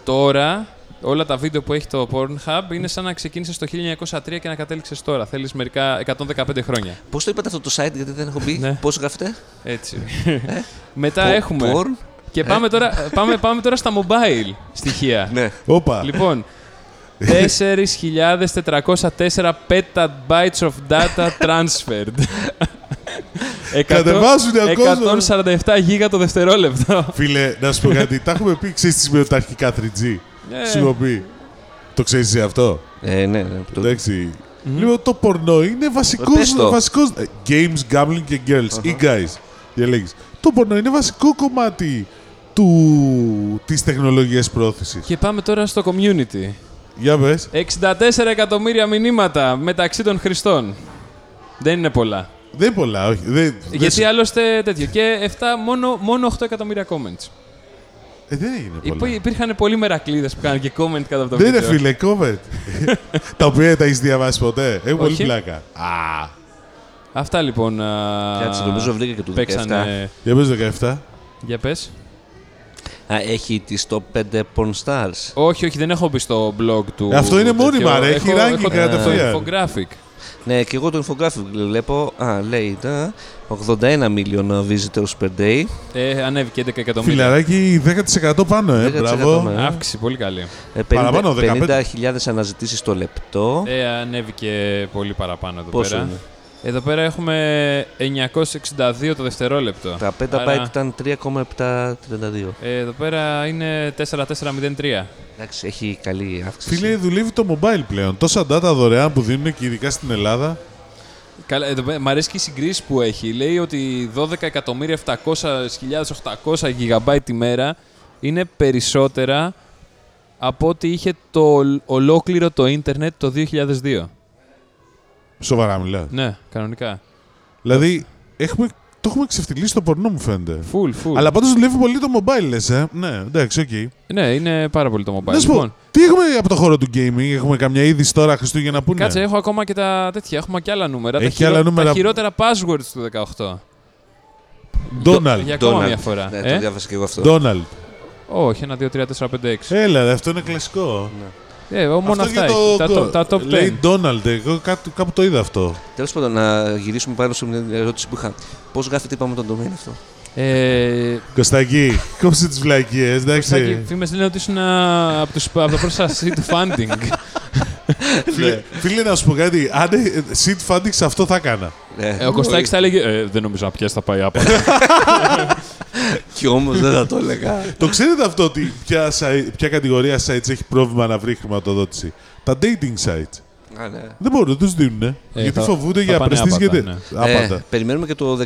Speaker 3: τώρα όλα τα βίντεο που έχει το Pornhub είναι σαν να ξεκίνησες το 1903 και να κατέληξες τώρα. Θέλεις μερικά 115 χρόνια.
Speaker 2: Πώς το είπατε αυτό το site, γιατί δεν έχω
Speaker 3: Ναι.
Speaker 2: πει. Πώ γράφετε.
Speaker 3: Έτσι. Μετά έχουμε
Speaker 2: Porn.
Speaker 3: Και πάμε τώρα, πάμε, πάμε τώρα στα mobile στοιχεία.
Speaker 2: Ναι.
Speaker 1: Όπα.
Speaker 3: Λοιπόν, 4.404 petabytes of data transferred.
Speaker 1: Κατεβάζουνε ακόμα.
Speaker 3: 147 γίγα το δευτερόλεπτο.
Speaker 1: Φίλε, να σου πω κάτι. τα έχουμε πει ξέρεις τι με τα αρχικά 3G.
Speaker 3: Ε.
Speaker 1: Σου έχω πει. Το ξέρεις αυτό.
Speaker 2: Ε, ναι, ναι. Το-
Speaker 1: Εντάξει. Λοιπόν, το πορνό είναι βασικός.
Speaker 2: Πες το.
Speaker 1: Βασικός... ε, Games, gambling και girls. Ή guys. Διαλέγεις. Το πορνό είναι βασικό κομμάτι του... της τεχνολογίας πρόθεσης.
Speaker 3: Και πάμε τώρα στο community.
Speaker 1: Για πες.
Speaker 3: 64 εκατομμύρια μηνύματα μεταξύ των χρηστών. Δεν είναι πολλά.
Speaker 1: Δεν πολλά, όχι. Δεν, δεν
Speaker 3: Γιατί
Speaker 1: σου-
Speaker 3: άλλωστε τέτοιο. Και 7, μόνο, μόνο 8 εκατομμύρια comments.
Speaker 1: ε, δεν είναι πολλά.
Speaker 3: Υπή, υπήρχαν πολλοί μερακλείδες που κάνανε και comment κάτω από το
Speaker 1: Δεν
Speaker 3: βίντεο.
Speaker 1: είναι φίλε, κόμμεντ. τα οποία τα έχεις διαβάσει ποτέ. Έχω πολύ
Speaker 3: Όχι.
Speaker 1: πλάκα. Α,
Speaker 3: Αυτά λοιπόν. α,
Speaker 2: Κάτσε, νομίζω βρήκα και το 17.
Speaker 3: παίξανε.
Speaker 1: για πες 17.
Speaker 3: Για πες.
Speaker 2: Α, έχει τις top 5 porn stars.
Speaker 3: Όχι, όχι, δεν έχω μπει στο blog του.
Speaker 1: Αυτό είναι
Speaker 3: τέτοιο.
Speaker 1: μόνιμα, ρε, έχει
Speaker 3: Έχω-
Speaker 1: ranking
Speaker 3: έχω
Speaker 1: κατευθείαν.
Speaker 3: το infographic.
Speaker 2: Ναι, και εγώ το infographic βλέπω. Α, λέει τα 81 million visitors per day.
Speaker 3: Ε, ανέβηκε 11 εκατομμύρια.
Speaker 1: Φιλαράκι 10% πάνω, ε.
Speaker 2: 10%
Speaker 1: Μπράβο.
Speaker 2: με.
Speaker 3: Αύξηση, πολύ καλή.
Speaker 2: Ε, 50
Speaker 1: Παραπάνω, 15.
Speaker 2: 50.000 αναζητήσεις το λεπτό.
Speaker 3: Ε, ανέβηκε πολύ παραπάνω εδώ
Speaker 2: Πόσο
Speaker 3: πέρα.
Speaker 2: είναι?
Speaker 3: Εδώ πέρα έχουμε 962 το δευτερόλεπτο.
Speaker 2: Τα 5 byte ήταν 3,732.
Speaker 3: ε, εδώ πέρα είναι 4403.
Speaker 2: Εντάξει, έχει καλή αύξηση.
Speaker 1: Φίλε, δουλεύει το mobile πλέον. Τόσα data δωρεάν που δίνουν και ειδικά στην Ελλάδα.
Speaker 3: Καλά, εδώ πέρα- μ' αρέσει και η συγκρίση που έχει. Λέει ότι 12.700.800 GB τη μέρα είναι περισσότερα από ό,τι είχε το ολ- ολόκληρο το ίντερνετ το 2002.
Speaker 1: Σοβαρά μιλάω.
Speaker 3: Ναι, κανονικά.
Speaker 1: Δηλαδή, έχουμε, το έχουμε ξεφτυλίσει το πορνό, μου φαίνεται.
Speaker 3: Full, full.
Speaker 1: Αλλά πάντως δουλεύει πολύ το mobile, λες. Ε. Ναι, εντάξει, οκ. Okay.
Speaker 3: Ναι, είναι πάρα πολύ το mobile.
Speaker 1: Να σου
Speaker 3: Λοιπόν,
Speaker 1: πω, τι έχουμε από το χώρο του gaming, έχουμε καμιά είδηση τώρα Χριστούγεννα που είναι.
Speaker 3: κάτσε, ε. έχω ακόμα και τα τέτοια. Έχουμε και άλλα νούμερα.
Speaker 1: Ναι. Έχει
Speaker 3: τα, χειρο-
Speaker 1: άλλα νούμερα.
Speaker 3: τα χειρότερα passwords του 18.
Speaker 1: Donald.
Speaker 3: Για ακόμα
Speaker 2: Donald.
Speaker 3: μια φορά.
Speaker 2: Ναι,
Speaker 3: ε?
Speaker 2: το διάβασα και εγώ αυτό.
Speaker 1: Donald.
Speaker 3: Όχι, ένα, δύο, τρία, τέσσερα, πέντε, έξι.
Speaker 1: Έλα, ρε, αυτό είναι κλασικό.
Speaker 3: Ε, μόνο
Speaker 1: αυτό
Speaker 3: αυτά
Speaker 1: και
Speaker 3: έχει. Τα, το- τα top 10.
Speaker 1: Λέει Donald, ε. εγώ κάπου, κάπου το είδα αυτό.
Speaker 2: Τέλος πάντων, να γυρίσουμε πάνω σε μια ερώτηση που είχα. Πώς γράφεται, είπαμε τον domain αυτό.
Speaker 3: Ε,
Speaker 1: Κωστακή, κόψε τις βλακίες,
Speaker 3: Σάκη,
Speaker 1: εντάξει.
Speaker 3: φήμες λένε ότι ήσουν α, από, τους, από το process του funding.
Speaker 1: Φίλε, φίλε, να σου πω κάτι. Αν ε, seed funding σε αυτό θα έκανα.
Speaker 2: Ναι.
Speaker 3: ε, ο Κωστάκης θα έλεγε «Ε, «Δεν νομίζω να πιάσει τα πάει άπα».
Speaker 2: Και όμως δεν θα το έλεγα.
Speaker 1: Το ξέρετε αυτό ότι ποια, site- ποια κατηγορία sites έχει πρόβλημα να βρει χρηματοδότηση. Τα dating sites.
Speaker 2: Α, ναι.
Speaker 1: Δεν μπορούν, δεν τους δίνουν. γιατί
Speaker 3: Ε, θα-
Speaker 1: φοβούνται
Speaker 3: θα
Speaker 1: για
Speaker 3: πάνε
Speaker 1: πρεστή και
Speaker 3: άπατα,
Speaker 1: τέτοια.
Speaker 3: ναι.
Speaker 1: Άπατα.
Speaker 2: Ε, περιμένουμε και το 19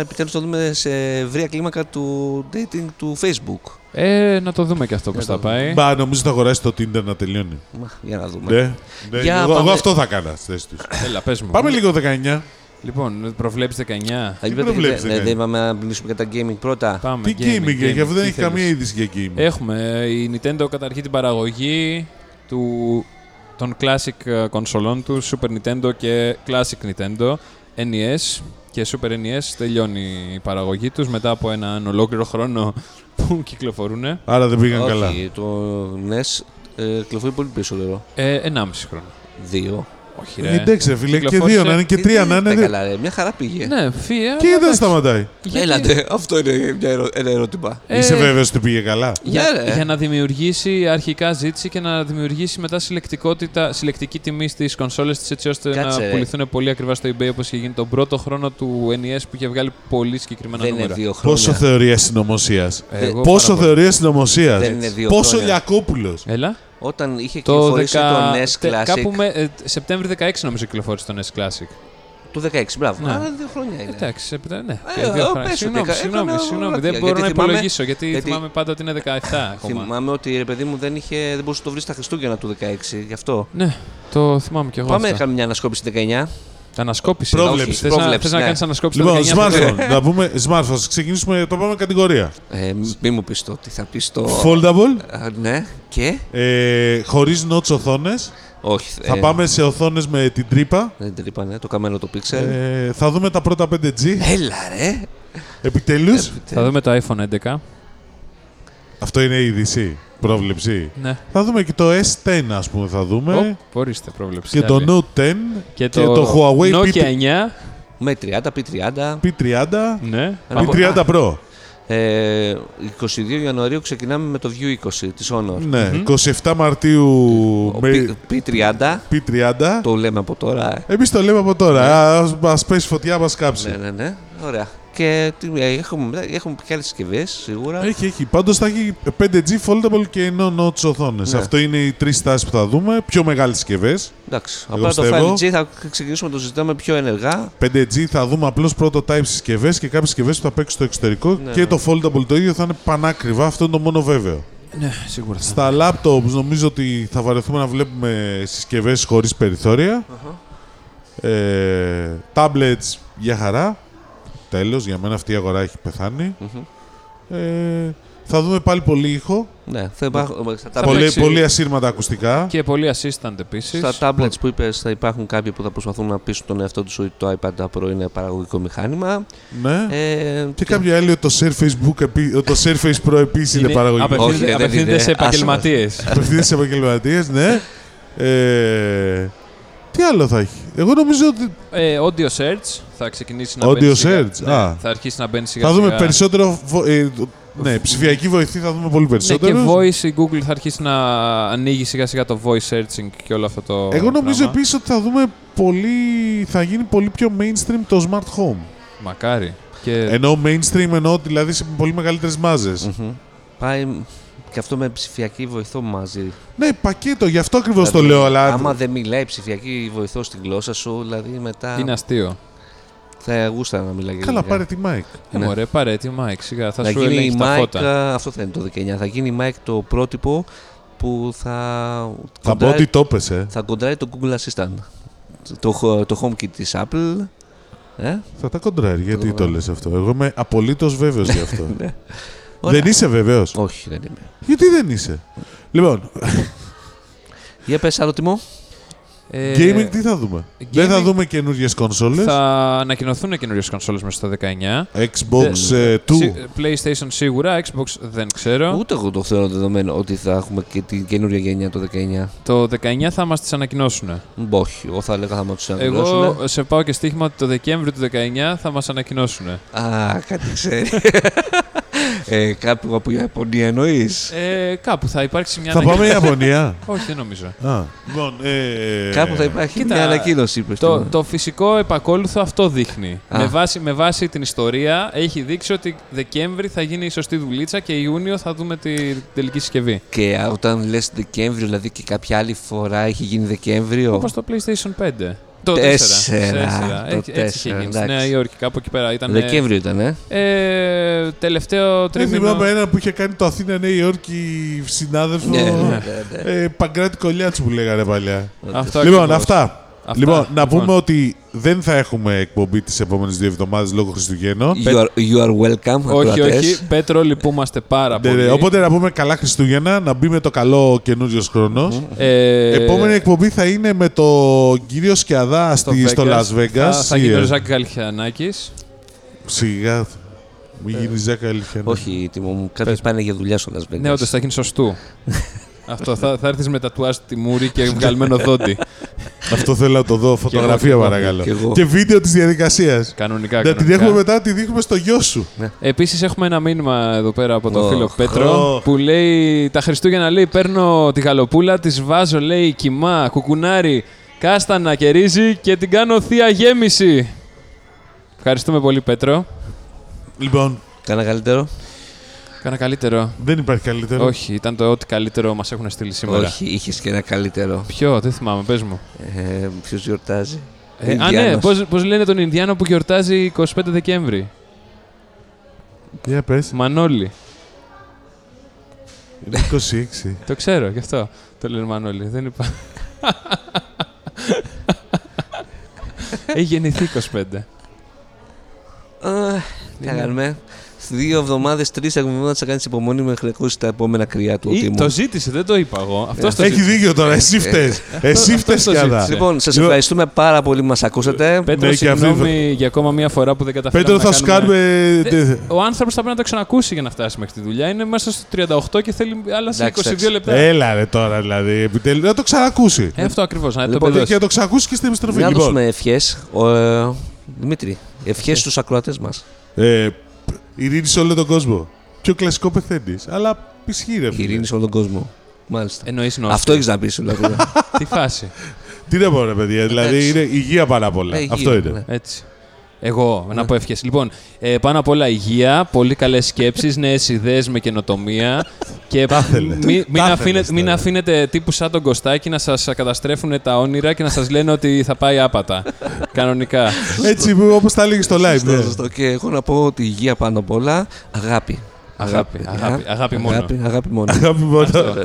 Speaker 2: επιτέλου να δούμε σε ευρία κλίμακα του dating του Facebook.
Speaker 3: ε, να το δούμε και αυτό πώς θα πάει.
Speaker 1: Μπα, νομίζω θα αγοράσει το Tinder να τελειώνει.
Speaker 2: Μα, για να δούμε.
Speaker 1: Ναι, ναι.
Speaker 2: Για
Speaker 1: εγώ, εγώ
Speaker 2: πάμε.
Speaker 1: αυτό θα έκανα στη θέση τους.
Speaker 3: Έλα, πες μου.
Speaker 1: Πάμε λίγο 19.
Speaker 3: Λοιπόν, προβλέπεις 19.
Speaker 2: Θα
Speaker 1: Τι
Speaker 2: πρέπει-
Speaker 1: προβλέψεις,
Speaker 2: ναι,
Speaker 1: ε?
Speaker 2: δεν είπαμε να μιλήσουμε για τα gaming πρώτα.
Speaker 3: Πάμε,
Speaker 1: Τι gaming, γιατί αυτό δεν
Speaker 3: τι
Speaker 1: έχει καμία
Speaker 3: θέλεις.
Speaker 1: είδηση για gaming.
Speaker 3: Έχουμε ε, η Nintendo καταρχήν την παραγωγή του, των classic ε, κονσολών του, Super Nintendo και Classic Nintendo, NES και Super NES τελειώνει η παραγωγή τους μετά από έναν ολόκληρο χρόνο που κυκλοφορούν. Ε,
Speaker 1: Άρα δεν πήγαν
Speaker 2: Όχι,
Speaker 1: καλά.
Speaker 2: το NES ε, κυκλοφορεί πολύ περισσότερο.
Speaker 3: 1,5 Ε, χρόνο.
Speaker 2: Δύο.
Speaker 3: Όχι,
Speaker 1: Ε,
Speaker 3: ρε.
Speaker 1: Εντάξει, ρε φίλε, και
Speaker 3: Κυκλοφόρησε-
Speaker 1: δύο να είναι και τρία να
Speaker 2: Ε,
Speaker 1: είναι. ναι.
Speaker 2: τα
Speaker 1: δε-
Speaker 2: Καλά, ρε. Μια χαρά πήγε.
Speaker 3: Ναι, φύγε.
Speaker 1: Και δεν σταματάει.
Speaker 2: Έλατε, αυτό είναι μια ερω... ένα ερώτημα.
Speaker 3: Ε,
Speaker 1: Είσαι βέβαιος ότι πήγε καλά.
Speaker 2: Ναι,
Speaker 3: Για,
Speaker 2: ρε.
Speaker 3: για να δημιουργήσει αρχικά ζήτηση και να δημιουργήσει μετά συλλεκτικότητα, συλλεκτική τιμή στις κονσόλες της, έτσι ώστε
Speaker 2: Κάτσε,
Speaker 3: να
Speaker 2: ρε.
Speaker 3: πουληθούν πολύ ακριβά στο eBay όπως είχε γίνει τον πρώτο χρόνο του NES που είχε βγάλει πολύ συγκεκριμένα
Speaker 2: δεν είναι
Speaker 3: νούμερα.
Speaker 2: δύο χρόνια.
Speaker 1: Πόσο θεωρία συνωμοσίας.
Speaker 3: Εγώ
Speaker 1: Ε, Πόσο
Speaker 3: πάρα πολύ.
Speaker 1: θεωρία συνωμοσίας.
Speaker 2: Δεν είναι δύο
Speaker 1: Πόσο
Speaker 2: χρόνια.
Speaker 1: Λιακόπουλο.
Speaker 3: Έλα.
Speaker 2: Όταν είχε
Speaker 3: Το,
Speaker 2: κυκλοφορήσει
Speaker 3: δεκα-
Speaker 2: το NES
Speaker 3: τε-
Speaker 2: Classic.
Speaker 3: Κάπου με, ε, Σεπτέμβρη 16 νομίζω κυκλοφόρησε το NES E Classic.
Speaker 2: Το 16, μπράβο.
Speaker 3: Ναι.
Speaker 2: Άρα δύο χρόνια είναι.
Speaker 3: Εντάξει, σε- ναι.
Speaker 2: Ε,
Speaker 3: δύο
Speaker 2: ε,
Speaker 3: χρόνια.
Speaker 2: πες ότι
Speaker 3: Συγγνώμη,
Speaker 2: κα-
Speaker 3: συγγνώμη,
Speaker 2: έκανα
Speaker 3: συγγνώμη.
Speaker 2: λάθη,
Speaker 3: Δεν μπορώ
Speaker 2: γιατί
Speaker 3: να
Speaker 2: θυμάμαι-
Speaker 3: υπολογίσω γιατί
Speaker 2: γιατί-
Speaker 3: θυμάμαι πάντα ότι είναι 17 ακόμα.
Speaker 2: Θυμάμαι ότι ρε παιδί μου δεν, είχε, δεν μπορούσε να το βρεις στα Χριστούγεννα του 16, γι' αυτό.
Speaker 3: Ναι, το θυμάμαι κι εγώ.
Speaker 2: Πάμε
Speaker 3: αυτό.
Speaker 2: να κάνουμε μια ανασκόπηση 19.
Speaker 3: Ανασκόπηση.
Speaker 1: Πρόβλεψη,
Speaker 3: Θες να-
Speaker 2: πρόβλεψη,
Speaker 3: θες να
Speaker 2: ναι.
Speaker 3: κάνεις ανασκόπηση.
Speaker 1: Λοιπόν,
Speaker 3: το 19
Speaker 1: smartphone. Να πούμε smartphone. Ξεκινήσουμε το πάμε κατηγορία.
Speaker 2: Ε, μην μου πεις το ότι θα πεις το.
Speaker 1: Foldable.
Speaker 2: Α, ναι, και.
Speaker 1: Ε, Χωρίς notch οθόνες.
Speaker 2: Όχι.
Speaker 1: Θα
Speaker 2: ε,
Speaker 1: πάμε σε οθόνες με την τρύπα.
Speaker 2: Δεν την είπα, ναι, το καμένο το pixel.
Speaker 1: Ε, θα δούμε τα πρώτα 5G.
Speaker 2: Έλα ρε.
Speaker 1: Επιτέλους.
Speaker 3: Θα δούμε το iPhone 11.
Speaker 1: Αυτό είναι η είδηση. Πρόβλεψη.
Speaker 3: Ναι.
Speaker 1: Θα δούμε και το S10, ας πούμε, θα δούμε.
Speaker 3: Οπ, ορίστε, πρόβλεψη.
Speaker 1: Ναι. Και
Speaker 3: Άλλη.
Speaker 1: το Note 10. και
Speaker 3: και
Speaker 1: το Huawei
Speaker 3: Nokia
Speaker 1: P-
Speaker 3: 9.
Speaker 2: Με 30, P30.
Speaker 1: P30.
Speaker 3: Ναι.
Speaker 1: P30 Pro.
Speaker 2: Ε, 22 Ιανουαρίου ξεκινάμε με το View 20 της Honor.
Speaker 1: Ναι, 27 Μαρτίου
Speaker 2: Ο
Speaker 1: με
Speaker 2: P- P30,
Speaker 1: P30.
Speaker 2: το λέμε από τώρα. ε.
Speaker 1: Εμείς το λέμε από τώρα. Α μας πέσει φωτιά, μας κάψει.
Speaker 2: Ναι, ναι, ναι. Ωραία. Και τι- ε, έχουμε, μετά- έχουμε και άλλε συσκευές σίγουρα.
Speaker 1: Έχει, έχει. Πάντως θα έχει 5G foldable και no notch οθόνες.
Speaker 2: Ναι.
Speaker 1: Αυτό είναι οι τρεις τάσεις που θα δούμε. Πιο μεγάλες συσκευές.
Speaker 2: Εντάξει.
Speaker 1: Εγώ
Speaker 2: Απλά το
Speaker 1: πιστεύω-
Speaker 2: 5G θα ξεκινήσουμε να το συζητάμε πιο ενεργά.
Speaker 1: 5G θα δούμε απλώς prototype συσκευές και κάποιες συσκευές που θα παίξουν στο εξωτερικό. και το foldable το ίδιο θα είναι πανάκριβα. Αυτό είναι το μόνο βέβαιο.
Speaker 3: Ναι, σίγουρα.
Speaker 1: Στα laptops νομίζω ότι θα βαρεθούμε να βλέπουμε συσκευές χωρίς περιθώρια. Ε, tablets για χαρά. Τέλος, για μένα αυτή η αγορά έχει πεθάνει. Ε, θα δούμε πάλι πολύ ήχο.
Speaker 2: Ναι, θα υπάρχουν. Στα,
Speaker 3: Πολύ-
Speaker 1: Πολύ,
Speaker 3: παίξει-
Speaker 1: πολύ ασύρματα ακουστικά.
Speaker 3: Και πολύ assistant επίσης.
Speaker 2: tablets, στα tablets που είπες, θα υπάρχουν κάποιοι που θα προσπαθούν να πείσουν τον εαυτό τους ότι το iPad Pro είναι παραγωγικό μηχάνημα.
Speaker 1: Ναι.
Speaker 2: Ε,
Speaker 1: Και κάποιοι άλλοι ότι το Surface, Book, επί- το Surface Pro επίσης είναι παραγωγικό.
Speaker 2: απευθεία- Όχι, δεν
Speaker 3: Απευθύνεται,
Speaker 2: είναι.
Speaker 3: απευθύνεται
Speaker 2: Άσε
Speaker 3: σε
Speaker 2: μας.
Speaker 3: επαγγελματίες.
Speaker 1: Απευθύνεται σε επαγγελματίες, ναι. Ε, τι άλλο θα έχει. Εγώ νομίζω ότι
Speaker 3: ε, audio search θα ξεκινήσει να
Speaker 1: Audio
Speaker 3: μπαίνει. σιγά-
Speaker 1: search,
Speaker 3: ναι,
Speaker 1: α.
Speaker 3: Θα αρχίσει να μπαίνει σιγά
Speaker 1: θα δούμε
Speaker 3: σιγά.
Speaker 1: περισσότερο. βο- ε, ναι, ψηφιακή βοηθή θα δούμε πολύ
Speaker 3: Ναι, και
Speaker 1: περισσότερο.
Speaker 3: voice η Google θα αρχίσει να ανοίγει σιγά σιγά το voice searching και όλο αυτό το.
Speaker 1: Εγώ νομίζω
Speaker 3: πράγμα.
Speaker 1: επίσης ότι θα δούμε πολύ. θα γίνει πολύ πιο mainstream το smart home.
Speaker 3: Μακάρι. Και
Speaker 1: Ενώ mainstream εννοώ δηλαδή σε πολύ μεγαλύτερες
Speaker 2: πάει και αυτό με ψηφιακή βοηθό μαζί.
Speaker 1: Ναι, πακέτο, γι' αυτό ακριβώς το
Speaker 2: Δηλαδή,
Speaker 1: λέω. Αλλά
Speaker 2: Άμα δεν μιλάει ψηφιακή βοηθό στην γλώσσα σου, δηλαδή μετά
Speaker 3: είναι αστείο.
Speaker 2: θα γούστα να μιλάει.
Speaker 1: Καλά,
Speaker 2: γενικά.
Speaker 1: πάρε τη mic.
Speaker 3: Ε,
Speaker 2: Ναι.
Speaker 3: μωρέ, πάρε τη Mike, σιγά. Θα
Speaker 2: θα
Speaker 3: σου
Speaker 2: γίνει η
Speaker 3: ελέγξει τα
Speaker 2: Mike,
Speaker 3: φώτα.
Speaker 2: α, αυτό θα είναι το 19, θα γίνει η Mike το πρότυπο που θα,
Speaker 1: Θα πω ότι το ε. έπεσε.
Speaker 2: θα κοντράει το Google Assistant. Το, χο- το HomeKit της Apple. Ε?
Speaker 1: Θα τα κοντράρει. Γιατί
Speaker 2: κοντράρει.
Speaker 1: το λες αυτό. Εγώ είμαι απολύτως βέβαιος γι' αυτό.
Speaker 2: Ωραία.
Speaker 1: δεν είσαι βέβαιο.
Speaker 2: Όχι, δεν είμαι.
Speaker 1: Γιατί δεν είσαι. Λοιπόν,
Speaker 2: Για πες άλλο τιμό.
Speaker 3: Ε,
Speaker 1: gaming τι θα δούμε. Δεν θα
Speaker 3: gaming-
Speaker 1: δούμε καινούριε κονσόλες.
Speaker 3: Θα ανακοινωθούν καινούριε κονσόλες μέσα στο 19.
Speaker 1: Xbox
Speaker 3: Δε-
Speaker 1: ε, 2.
Speaker 3: Σι- PlayStation σίγουρα, Xbox δεν ξέρω.
Speaker 2: Ούτε εγώ το θεωρώ δεδομένο ότι θα έχουμε και την καινούργια γενιά το 19.
Speaker 3: Το 19 θα μας τις ανακοινώσουν.
Speaker 2: Μ, Όχι, εγώ θα έλεγα θα μας του ανακοινώσουν.
Speaker 3: Εγώ σε πάω και στοίχημα ότι το Δεκέμβρη του 19 θα μας ανακοινώσουν.
Speaker 2: Α, κάτι ξέρει. ε, κάπου από Ιαπωνία εννοείς.
Speaker 3: Ε, κάπου θα υπάρξει μια
Speaker 1: Θα πάμε η
Speaker 3: ανακοίνωση.
Speaker 1: Ιαπωνία.
Speaker 3: Όχι, δεν νομίζω.
Speaker 1: Α, Λοιπόν, ε,
Speaker 2: Κάπου θα υπάρχει
Speaker 3: κοίτα,
Speaker 2: μια ανακοίνωση, είπες.
Speaker 3: Το, το φυσικό επακόλουθο αυτό δείχνει.
Speaker 2: Α.
Speaker 3: Με βάση, με βάση την ιστορία έχει δείξει ότι Δεκέμβρη θα γίνει η σωστή δουλίτσα και Ιούνιο θα δούμε τη, την τελική συσκευή.
Speaker 2: Και α, όταν λες Δεκέμβριο, δηλαδή και κάποια άλλη φορά έχει γίνει Δεκέμβριο.
Speaker 3: Όπως το PlayStation 5. Το 4.
Speaker 2: Τέσσερα, το
Speaker 3: Έτσι, έτσι είχε
Speaker 2: τέσσερα,
Speaker 3: γίνει. Στη
Speaker 2: εντάξει.
Speaker 3: Νέα Υόρκη, κάπου εκεί πέρα. Ήταν
Speaker 2: Δεκέμβριο ήταν, ε.
Speaker 3: Ε, τελευταίο
Speaker 1: Δεν
Speaker 3: τρίμηνο.
Speaker 1: θυμάμαι ένα που είχε κάνει το Αθήνα Νέα Υόρκη συνάδελφο.
Speaker 2: Ναι, ναι, ναι, ναι.
Speaker 1: ε, Παγκράτη Κολιάτσου που λέγανε παλιά.
Speaker 3: Αυτό
Speaker 1: Λοιπόν,
Speaker 3: ακριβώς.
Speaker 1: αυτά.
Speaker 3: Αυτά,
Speaker 1: Λοιπόν, να
Speaker 3: λοιπόν.
Speaker 1: πούμε ότι δεν θα έχουμε εκπομπή τις επόμενες δύο εβδομάδες λόγω Χριστουγέννων.
Speaker 2: You are, you are welcome,
Speaker 3: Όχι, Ναι.
Speaker 2: ακροατές.
Speaker 3: όχι. Πέτρο, λυπούμαστε πάρα
Speaker 1: Ναι,
Speaker 3: πολύ.
Speaker 1: ναι. Οπότε να πούμε καλά Χριστούγεννα, να μπει με το καλό καινούριος χρόνος.
Speaker 3: Ε,
Speaker 1: Επόμενη εκπομπή θα είναι με τον κύριο Σκιαδά
Speaker 3: στο
Speaker 1: στη, στο
Speaker 3: Vegas.
Speaker 1: Las Vegas.
Speaker 3: Θα, θα γίνει
Speaker 1: Ε,
Speaker 3: ο Ζάκης Γαλιανάκης.
Speaker 1: Σιγά.
Speaker 3: Ε,
Speaker 1: Μην γίνει Ζάκα Ελφιανά.
Speaker 2: Όχι, τιμό μου. Κάποιοι
Speaker 3: Πες.
Speaker 2: πάνε για δουλειά στο Las Vegas.
Speaker 3: Ναι, όντως θα γίνει σωστού. Αυτό θα, θα έρθεις με τατουάζ τη μούρη και βγαλμένο δόντι.
Speaker 1: Αυτό θέλω να το δω. Φωτογραφία
Speaker 3: εγώ,
Speaker 1: παρακαλώ.
Speaker 2: κι εγώ.
Speaker 1: Και βίντεο της διαδικασίας.
Speaker 3: κανονικά.
Speaker 1: Να Ναι, την έχουμε μετά, τη δείχνουμε στο γιο σου.
Speaker 3: Επίσης, έχουμε ένα μήνυμα εδώ πέρα από τον
Speaker 2: Οχ.
Speaker 3: φίλο Πέτρο
Speaker 1: Οχ.
Speaker 3: που λέει τα Χριστούγεννα λέει: Παίρνω τη γαλοπούλα, της βάζω λέει κοιμά, κουκουνάρι, κάστανα και ρύζι και την κάνω θεία γέμιση. Ευχαριστούμε πολύ, Πέτρο.
Speaker 1: Λοιπόν,
Speaker 2: Κάνα καλύτερο.
Speaker 3: Κάνα καλύτερο.
Speaker 1: δεν υπάρχει καλύτερο.
Speaker 3: Όχι, ήταν το ό,τι καλύτερο μας έχουν στείλει σήμερα.
Speaker 2: Όχι, είχες και ένα καλύτερο.
Speaker 3: Ποιο, δεν θυμάμαι, πες μου.
Speaker 2: Ε, Ποιος γιορτάζει.
Speaker 3: Ε, α, ναι,
Speaker 2: Ινδιάνος.
Speaker 3: πώς, πώς λένε τον Ινδιάνο που γιορτάζει 25 Δεκέμβρη.
Speaker 1: Για πες.
Speaker 3: Μανώλη. Ναι.
Speaker 1: Είναι 26.
Speaker 3: Το ξέρω, γι' αυτό το λένε Μανώλη. Δεν είπα. Έχει γεννηθεί 25.
Speaker 2: Α, Τι
Speaker 3: Ναι.
Speaker 2: θα κάνουμε. Δύο εβδομάδες, τρεις εβδομάδε θα κάνεις υπομονή μέχρι να ακούσεις τα επόμενα κρυά του.
Speaker 3: Ή,
Speaker 2: Τίμου.
Speaker 3: το ζήτησε, δεν το είπα εγώ. Αυτός το
Speaker 1: Έχει
Speaker 3: ζήτησε.
Speaker 1: δίκιο τώρα, εσύ φταίς.
Speaker 3: ε,
Speaker 1: Εσύ φταίς
Speaker 3: το
Speaker 1: Σκιαδά.
Speaker 3: ζήτησε.
Speaker 2: Λοιπόν, σας
Speaker 1: Λοιπόν-
Speaker 2: ευχαριστούμε πάρα πολύ που μας ακούσατε.
Speaker 3: Πέτρο,
Speaker 1: Ναι, και αυτή-
Speaker 3: συγγνώμη για ακόμα μία φορά που δεν καταφέραμε.
Speaker 1: Πέτρο,
Speaker 3: να
Speaker 1: θα σου
Speaker 3: κάνουμε-
Speaker 1: κάνουμε.
Speaker 3: Δε- Ο άνθρωπος θα πρέπει να το ξανακούσει για να φτάσει μέχρι τη δουλειά. Είναι μέσα στο 38 και θέλει άλλα σε
Speaker 2: Εντάξει,
Speaker 3: 22
Speaker 2: εντάξει.
Speaker 3: λεπτά. Ε,
Speaker 1: Έλα ρε τώρα δηλαδή. Επιτέλου, να το ξανακούσει.
Speaker 3: αυτό ακριβώς, να το
Speaker 2: Λοιπόν,
Speaker 1: Και
Speaker 3: παιδώσει.
Speaker 1: να το ξανακούσει και στην επιστροφή.
Speaker 2: Να
Speaker 1: Λοιπόν,
Speaker 2: ε, δώσουμε ευχές. Δημήτρη, ευχές στους ακροατές μας.
Speaker 1: ε, π- Ειρήνη σε όλο τον κόσμο. Πιο κλασικό πεθαίνεις. Αλλά ισχύει, ρε
Speaker 2: Η
Speaker 1: φίλε.
Speaker 2: ειρήνη σε όλο τον κόσμο. Μάλιστα.
Speaker 3: Εννοείς
Speaker 2: Αυτό έχεις να πεις σου λέω.
Speaker 3: Τη φάση.
Speaker 1: Τι να πω, ρε παιδιά. Δηλαδή
Speaker 2: Εντάξει.
Speaker 1: είναι υγεία πάρα πολλά.
Speaker 2: Ε, υγεία,
Speaker 1: Αυτό είναι.
Speaker 2: ναι.
Speaker 3: Έτσι. Εγώ, να πω ευχές. Λοιπόν, ε, πάνω απ' όλα υγεία, πολύ καλές σκέψεις, νέες ιδέες με καινοτομία. και
Speaker 1: Τα θέλε.
Speaker 3: μη- μην,
Speaker 1: Τα θέλες
Speaker 3: αφήνετε, μην
Speaker 1: τώρα.
Speaker 3: αφήνετε τύπου σαν τον Κωστάκη να σας καταστρέφουν τα όνειρα και να σας λένε ότι θα πάει άπατα. Κανονικά.
Speaker 1: Έτσι όπω τα έλεγε στο live.
Speaker 2: ναι. Σωστό,
Speaker 1: ναι.
Speaker 2: σωστό. Και εγώ να πω ότι η υγεία πάνω απ' όλα, αγάπη. Ε,
Speaker 3: Αγάπη, αγάπη, αγάπη μόνο.
Speaker 2: Αγάπη, αγάπη μόνο.
Speaker 1: Αγάπη μόνο.
Speaker 2: ναι.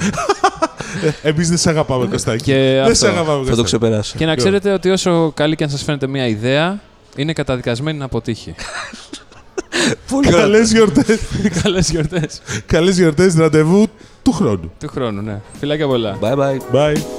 Speaker 1: Εμείς δεν σε αγαπάμε, Κωστάκη.
Speaker 3: Και
Speaker 1: Δεν
Speaker 3: αυτό.
Speaker 1: σε αγαπάμε,
Speaker 2: Θα το
Speaker 1: Κωστάκη.
Speaker 2: ξεπεράσω.
Speaker 3: και να ξέρετε ότι όσο καλή και αν σας φαίνεται μια ιδέα, είναι καταδικασμένη να αποτύχει.
Speaker 2: Πολύ ωραία.
Speaker 1: Καλές γιορτές.
Speaker 3: Καλές γιορτές
Speaker 1: Καλές γιορτές. Ραντεβού του χρόνου.
Speaker 3: του χρόνου, ναι. Φιλάκια πολλά.
Speaker 2: Bye bye.
Speaker 1: Bye.